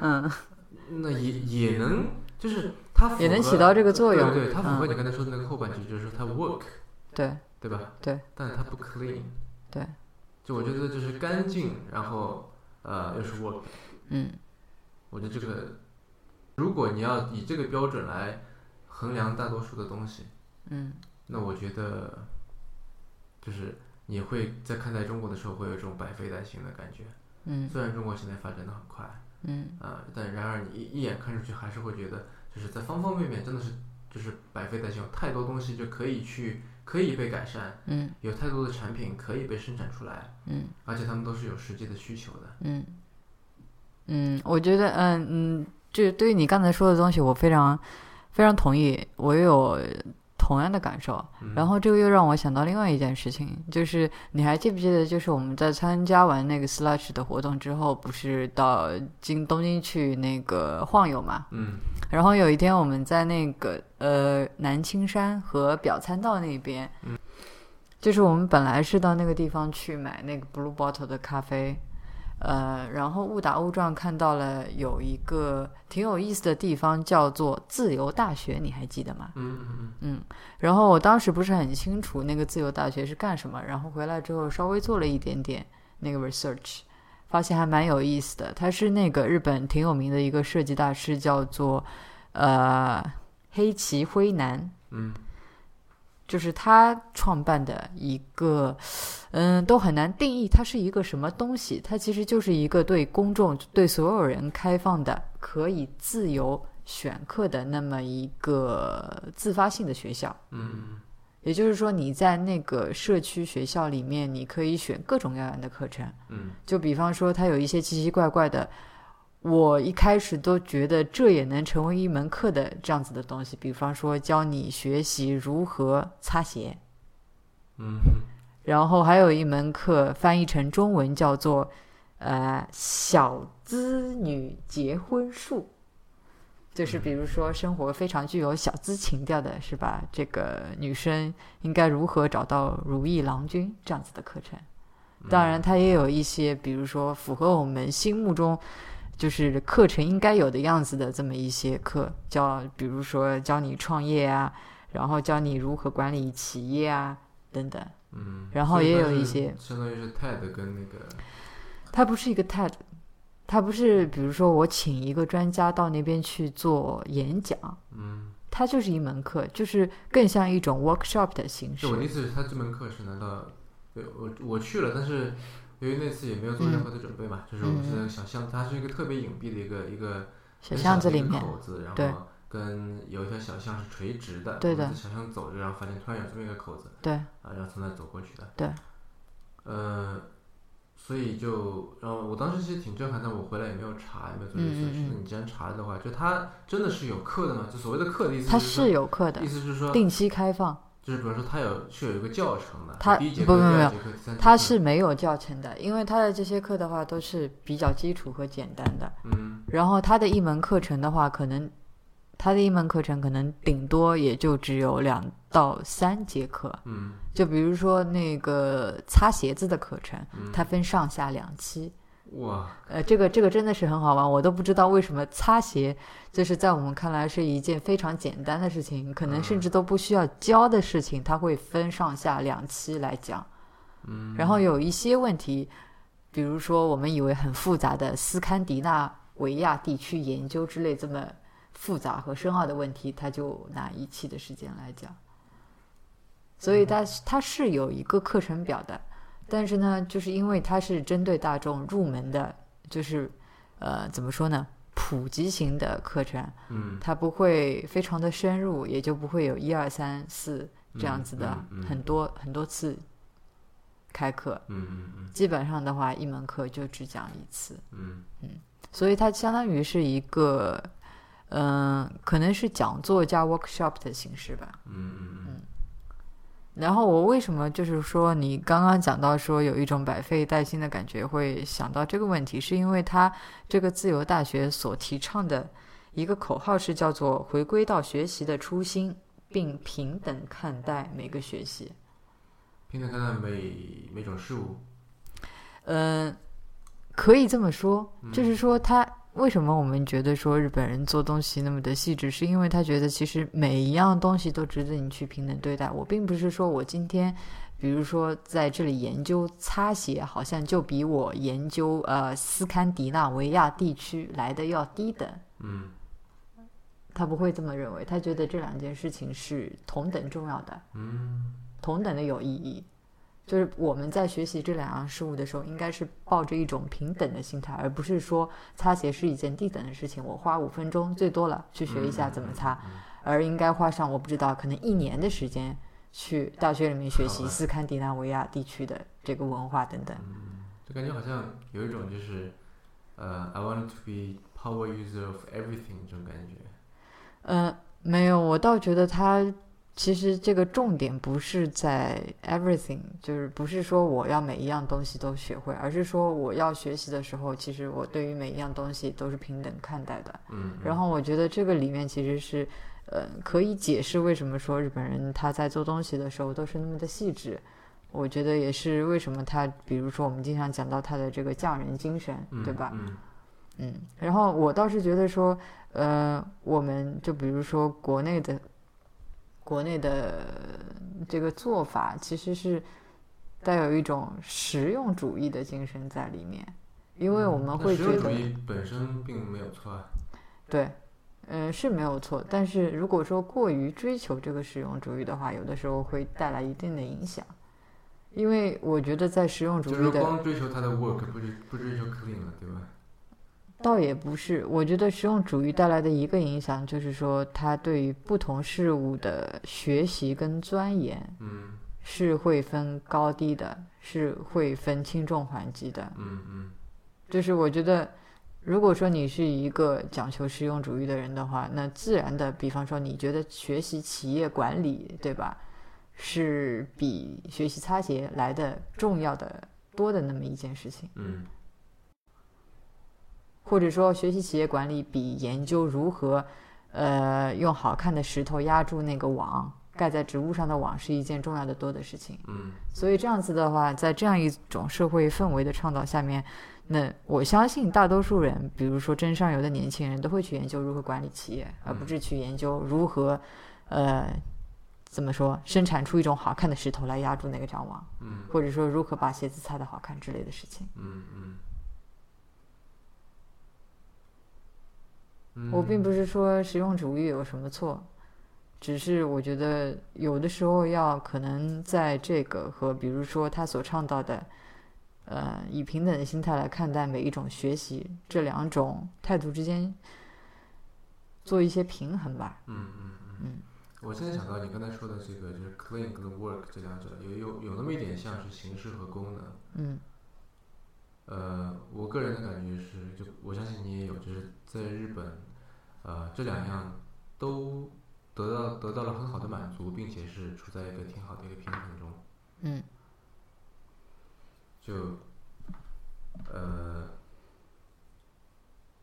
Speaker 2: 嗯
Speaker 1: 那也也能就是它符
Speaker 2: 也能
Speaker 1: 合
Speaker 2: 起到这个作用
Speaker 1: 对对，它符合
Speaker 2: 嗯
Speaker 1: 你刚才说的那个后半句，就是说它 work，
Speaker 2: 对，
Speaker 1: 对吧？
Speaker 2: 对，
Speaker 1: 但它不 clean。
Speaker 2: 对，
Speaker 1: 就我觉得就是干净，然后呃又是 work，
Speaker 2: 嗯
Speaker 1: 我觉得这个如果你要以这个标准来衡量大多数的东西，
Speaker 2: 嗯
Speaker 1: 那我觉得就是你会在看待中国的时候会有一种百废待兴的感觉。
Speaker 2: 嗯
Speaker 1: 虽然中国现在发展的很快
Speaker 2: 嗯
Speaker 1: 啊、但然而你一一眼看出去还是会觉得就是在方方面面真的是就是百废待兴，有太多东西就可以去可以被改善，
Speaker 2: 嗯
Speaker 1: 有太多的产品可以被生产出来。
Speaker 2: 嗯
Speaker 1: 而且他们都是有实际的需求的。
Speaker 2: 嗯嗯，我觉得嗯嗯，这对于你刚才说的东西，我非常非常同意，我也有同样的感受。
Speaker 1: 嗯
Speaker 2: 然后这个又让我想到另外一件事情，就是你还记不记得，就是我们在参加完那个 Slash 的活动之后，不是到京东京去那个晃悠嘛？
Speaker 1: 嗯
Speaker 2: 然后有一天我们在那个呃南青山和表参道那边，
Speaker 1: 嗯
Speaker 2: 就是我们本来是到那个地方去买那个 Blue Bottle 的咖啡，呃，然后误打误撞看到了有一个挺有意思的地方，叫做自由大学，你还记得吗？
Speaker 1: 嗯嗯
Speaker 2: 然后我当时不是很清楚那个自由大学是干什么，然后回来之后稍微做了一点点那个 research，发现还蛮有意思的。它是那个日本挺有名的一个设计大师，叫做呃黑崎辉男，
Speaker 1: 嗯
Speaker 2: 就是他创办的一个，嗯，都很难定义它是一个什么东西。它其实就是一个对公众、对所有人开放的、可以自由选课的那么一个自发性的学校。
Speaker 1: 嗯嗯
Speaker 2: 也就是说，你在那个社区学校里面，你可以选各种各样的课程。
Speaker 1: 嗯
Speaker 2: 就比方说，它有一些奇奇怪怪的，我一开始都觉得这也能成为一门课的这样子的东西。比方说，教你学习如何擦鞋，
Speaker 1: 嗯
Speaker 2: 然后还有一门课翻译成中文叫做“呃小资女结婚术”。就是比如说生活非常具有小资情调的，是吧？这个女生应该如何找到如意郎君这样子的课程？
Speaker 1: 嗯
Speaker 2: 当然，它也有一些，比如说符合我们心目中就是课程应该有的样子的这么一些课，教比如说教你创业啊，然后教你如何管理企业啊等等。
Speaker 1: 嗯，
Speaker 2: 然后
Speaker 1: 所以它
Speaker 2: 也有一
Speaker 1: 是
Speaker 2: 些
Speaker 1: 相当于是 TED 跟那个，
Speaker 2: 它不是一个 TED，它不是比如说我请一个专家到那边去做演讲，
Speaker 1: 嗯，
Speaker 2: 它就是一门课，就是更像一种 workshop 的形式
Speaker 1: 就。我的意思是，他这门课是难道，对我我去了，但是由于那次也没有做
Speaker 2: 嗯
Speaker 1: 任何的准备嘛，就是我们是在小巷，它是一个特别隐蔽的一个一个
Speaker 2: 小
Speaker 1: 很
Speaker 2: 巷子
Speaker 1: 的一
Speaker 2: 里
Speaker 1: 个
Speaker 2: 面，
Speaker 1: 口子，然
Speaker 2: 对
Speaker 1: 后跟有一条小巷是垂直的，
Speaker 2: 对
Speaker 1: 我们
Speaker 2: 的
Speaker 1: 在小巷走着，然后发现突然有这么一个口子，
Speaker 2: 对
Speaker 1: 啊，然后从那走过去的，
Speaker 2: 对，
Speaker 1: 呃，所以就，然后我当时其实挺震撼，但我回来也没有查，也没有做这个
Speaker 2: 嗯嗯
Speaker 1: 测试。
Speaker 2: 嗯
Speaker 1: 那你既然查了的话，就它真的是有课的吗？就所谓的课的意思，
Speaker 2: 它是有课的
Speaker 1: 意，思是说，
Speaker 2: 定期开放。
Speaker 1: 就是比如说它有是有一个教程的，
Speaker 2: 它
Speaker 1: 第一节
Speaker 2: 不
Speaker 1: 课、
Speaker 2: 不
Speaker 1: 第二
Speaker 2: 不
Speaker 1: 节课、第三节课，
Speaker 2: 它是没有教程的，因为它的这些课的话都是比较基础和简单的。
Speaker 1: 嗯
Speaker 2: 然后它的一门课程的话，可能它的一门课程可能顶多也就只有两到三节课。
Speaker 1: 嗯
Speaker 2: 就比如说那个擦鞋子的课程，
Speaker 1: 嗯，
Speaker 2: 它分上下两期。
Speaker 1: 哇，
Speaker 2: 呃，这个这个真的是很好玩，我都不知道为什么擦鞋就是在我们看来是一件非常简单的事情，可能甚至都不需要教的事情，它会分上下两期来讲。
Speaker 1: 嗯，
Speaker 2: 然后有一些问题，比如说我们以为很复杂的斯堪的纳维亚地区研究之类这么复杂和深奥的问题，它就拿一期的时间来讲。所以它是它是有一个课程表的，但是呢，就是因为它是针对大众入门的，就是呃怎么说呢，普及型的课程，
Speaker 1: 嗯
Speaker 2: 它不会非常的深入，也就不会有一二三四这样子的
Speaker 1: 嗯嗯嗯
Speaker 2: 很多很多次开课。
Speaker 1: 嗯嗯嗯
Speaker 2: 基本上的话，一门课就只讲一次，
Speaker 1: 嗯
Speaker 2: 所以它相当于是一个，嗯、可能是讲座加 workshop 的形式吧。
Speaker 1: 嗯嗯嗯
Speaker 2: 然后我为什么就是说你刚刚讲到说有一种百废待兴的感觉，会想到这个问题，是因为它这个自由大学所提倡的一个口号是叫做“回归到学习的初心，并平等看待每个学习”。
Speaker 1: 平等看待每每种事物，
Speaker 2: 嗯，可以这么说，就是说他为什么我们觉得说日本人做东西那么的细致，是因为他觉得其实每一样东西都值得你去平等对待。我并不是说我今天，比如说在这里研究擦鞋，好像就比我研究呃斯堪的纳维亚地区来的要低等。
Speaker 1: 嗯
Speaker 2: 他不会这么认为，他觉得这两件事情是同等重要的。
Speaker 1: 嗯
Speaker 2: 同等的有意义。就是我们在学习这两样事物的时候，应该是抱着一种平等的心态，而不是说擦鞋是一件低等的事情。我花五分钟最多了去学一下怎么擦，
Speaker 1: 嗯
Speaker 2: 而应该花上我不知道可能一年的时间去大学里面学
Speaker 1: 好
Speaker 2: 习
Speaker 1: 吧
Speaker 2: 斯堪的纳维亚地区的这个文化等等。
Speaker 1: 就感觉好像有一种就是，呃，I want to be power user of everything 这种感觉，
Speaker 2: 嗯，没有，我倒觉得他其实这个重点不是在 everything，就是不是说我要每一样东西都学会，而是说我要学习的时候，其实我对于每一样东西都是平等看待的。
Speaker 1: 嗯，
Speaker 2: 然
Speaker 1: 后
Speaker 2: 后我觉得这个里面其实是，呃，可以解释为什么说日本人他在做东西的时候都是那么的细致。我觉得也是为什么他，比如说我们经常讲到他的这个匠人精神，对吧？
Speaker 1: 嗯
Speaker 2: 嗯，然后我倒是觉得说，呃，我们就比如说国内的，国内的这个做法其实是带有一种实用主义的精神在里面，因为我们
Speaker 1: 那
Speaker 2: 会
Speaker 1: 嗯实
Speaker 2: 觉
Speaker 1: 用主
Speaker 2: 得，
Speaker 1: 义本身并没有错啊，
Speaker 2: 对，嗯、是没有错，但是如果说过于追求这个实用主义的话，有的时候会带来一定的影响，因为我觉得在实用主
Speaker 1: 就
Speaker 2: 义
Speaker 1: 是
Speaker 2: 的
Speaker 1: 光追求它的 work，不追不追求 clean 了，对吧？
Speaker 2: 倒也不是，我觉得实用主义带来的一个影响就是说，它对于不同事物的学习跟钻研
Speaker 1: 嗯
Speaker 2: 是会分高低的，是会分轻重缓急的。
Speaker 1: 嗯嗯
Speaker 2: 就是我觉得，如果说你是一个讲求实用主义的人的话，那自然的，比方说你觉得学习企业管理，对吧，是比学习擦鞋来的重要的多的那么一件事情。
Speaker 1: 嗯
Speaker 2: 或者说学习企业管理比研究如何呃，用好看的石头压住那个网，盖在植物上的网是一件重要的多的事情。
Speaker 1: 嗯
Speaker 2: 所以这样子的话，在这样一种社会氛围的倡导下面，那我相信大多数人，比如说真上游的年轻人，都会去研究如何管理企业，而不是去研究如何，呃，怎么说，生产出一种好看的石头来压住那个张网，
Speaker 1: 嗯
Speaker 2: 或者说如何把鞋子擦得好看之类的事情。
Speaker 1: 嗯嗯嗯，
Speaker 2: 我并不是说实用主义有什么错，只是我觉得有的时候要可能在这个和比如说他所倡导的，呃，以平等的心态来看待每一种学习这两种态度之间做一些平衡吧。
Speaker 1: 嗯嗯嗯
Speaker 2: 嗯。
Speaker 1: 我现在想到你刚才说的这个就是 clean 跟 work 这两者有有有那么一点像是形式和功能。
Speaker 2: 嗯
Speaker 1: 呃，我个人的感觉是，就我相信你也有，就是在日本，呃，这两样都得到得到了很好的满足，并且是处在一个挺好的一个平衡中。
Speaker 2: 嗯
Speaker 1: 就，呃，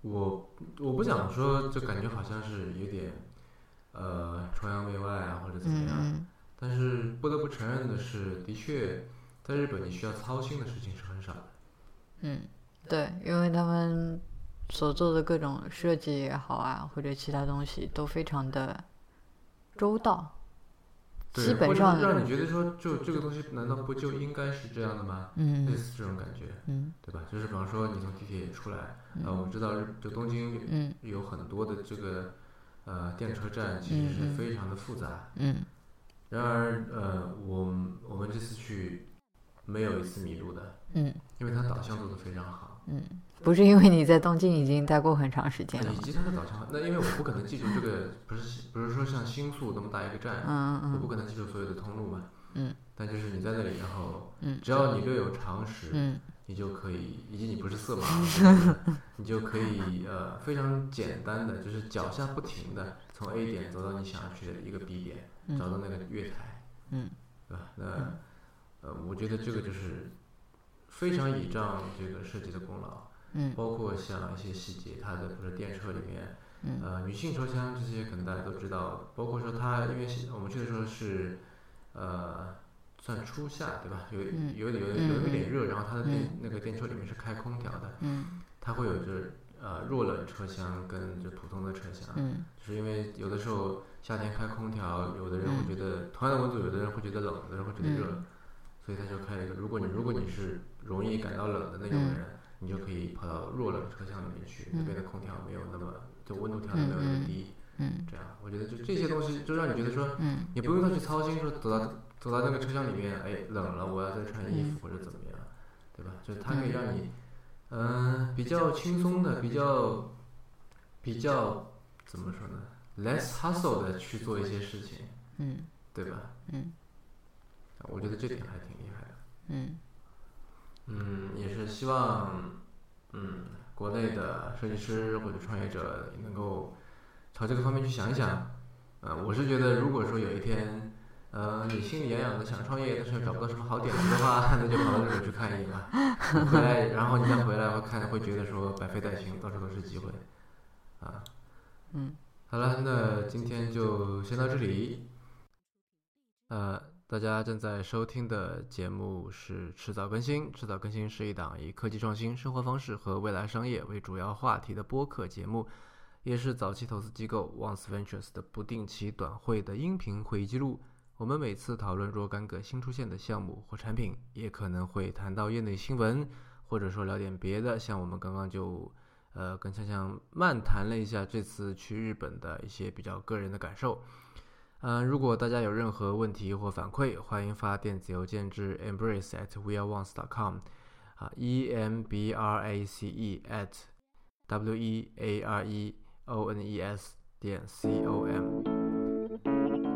Speaker 1: 我我不想说，就感觉好像是有点，呃，崇洋媚外啊，或者怎么
Speaker 2: 嗯
Speaker 1: 样。
Speaker 2: 嗯
Speaker 1: 但是不得不承认的是，的确，在日本你需要操心的事情是很少的。
Speaker 2: 嗯，对，因为他们所做的各种设计也好啊，或者其他东西都非常的周到，
Speaker 1: 对
Speaker 2: 基本
Speaker 1: 或
Speaker 2: 上
Speaker 1: 者让你觉得说，就这个东西难道不就应该是这样的吗？
Speaker 2: 嗯
Speaker 1: 类似这种感觉，
Speaker 2: 嗯
Speaker 1: 对吧？就是比方说，你从地铁出来，呃，我知道日就东京
Speaker 2: 嗯
Speaker 1: 有很多的这个呃电车站其实是
Speaker 2: 嗯嗯
Speaker 1: 非常的复杂。
Speaker 2: 嗯
Speaker 1: 然而，呃，我们我们这次去没有一次迷路的，
Speaker 2: 嗯，
Speaker 1: 因为它导向做的非常好，
Speaker 2: 不是因为你在东京已经待过很长时间了
Speaker 1: 以
Speaker 2: 吗？
Speaker 1: 及它的导向。那因为我不可能记住这个， 不是不是说像新宿那么大一个站，啊
Speaker 2: 嗯
Speaker 1: 我
Speaker 2: 嗯
Speaker 1: 不可能记住所有的通路嘛。
Speaker 2: 嗯。
Speaker 1: 但就是你在那里，然后
Speaker 2: 嗯
Speaker 1: 只要你略有常识，
Speaker 2: 嗯
Speaker 1: 你就可以，以及你不是色盲， 你就可以呃非常简单的，就是脚下不停的从 A 点走到你想要去的一个 B 点，
Speaker 2: 嗯
Speaker 1: 找到那个月台，
Speaker 2: 嗯，
Speaker 1: 对吧？那呃，我觉得这个就是非常倚仗这个设计的功劳，
Speaker 2: 嗯
Speaker 1: 包括像一些细节，它的比如说电车里面，
Speaker 2: 嗯
Speaker 1: 呃，女性车厢这些可能大家都知道，包括说它因为是我们去的时候是呃算初夏对吧？有
Speaker 2: 嗯
Speaker 1: 有有有
Speaker 2: 嗯
Speaker 1: 有一点
Speaker 2: 嗯
Speaker 1: 热，然后它的电、
Speaker 2: 嗯
Speaker 1: 那个电车里面是开空调的，
Speaker 2: 嗯
Speaker 1: 它会有就是呃弱冷车厢跟就普通的车厢，啊
Speaker 2: 嗯
Speaker 1: 就是因为有的时候夏天开空调，有的人
Speaker 2: 嗯
Speaker 1: 会觉得同样的温度，有的人会觉得冷，有的人会觉得
Speaker 2: 嗯
Speaker 1: 热，所以他就开了一个。如果你如果你是容易感到冷的那种
Speaker 2: 嗯
Speaker 1: 人，你就可以跑到弱冷车厢里面去，那
Speaker 2: 嗯
Speaker 1: 边的空调没有那么，就温度调的没有那
Speaker 2: 嗯
Speaker 1: 么
Speaker 2: 嗯
Speaker 1: 低。
Speaker 2: 嗯
Speaker 1: 这样，我觉得就这些东西就让你觉得说，
Speaker 2: 嗯
Speaker 1: 也不用再去操心说走到走到那个车厢里面，哎，冷了，我要再穿衣服或者怎么样，对吧？就是它可以让你，嗯、比较轻松的，比较比较怎么说呢，less hustle 的去做一些事情，
Speaker 2: 嗯
Speaker 1: 对吧？
Speaker 2: 嗯，
Speaker 1: 我觉得这点还挺厉害的。
Speaker 2: 嗯
Speaker 1: 嗯，也是希望，嗯，国内的设计师或者创业者能够朝这个方面去想一想。呃，我是觉得，如果说有一天，呃，你心里痒痒的想创业，但是又找不到什么好点子的话， 那就跑到日本去看一眼吧。 回来，然后你再回来会看，会觉得说百废待兴，到处都是机会。啊，
Speaker 2: 嗯，
Speaker 1: 好了，那今天就先到这里。呃，大家正在收听的节目是《迟早更新》，《迟早更新》是一档以科技创新、生活方式和未来商业为主要话题的播客节目，也是早期投资机构 Once Ventures 的不定期短会的音频回忆记录。我们每次讨论若干个新出现的项目或产品，也可能会谈到业内新闻，或者说聊点别的，像我们刚刚就呃跟香香漫谈了一下这次去日本的一些比较个人的感受。嗯、如果大家有任何问题或反馈，欢迎发电子邮件至 embrace at weareones.com 啊，e m b r a c e at w e a r e o n e s 点 c o m。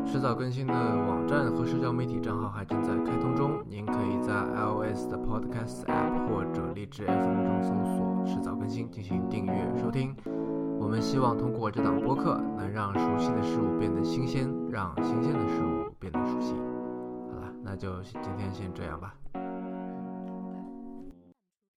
Speaker 1: 迟早更新的网站和社交媒体账号还正在开通中，您可以在 iOS 的 Podcast App 或者荔枝 FM 中搜索“迟早更新”进行订阅收听。我们希望通过这档播客，能让熟悉的事物变得新鲜，让新鲜的事物变得熟悉。好了，那就今天先这样吧，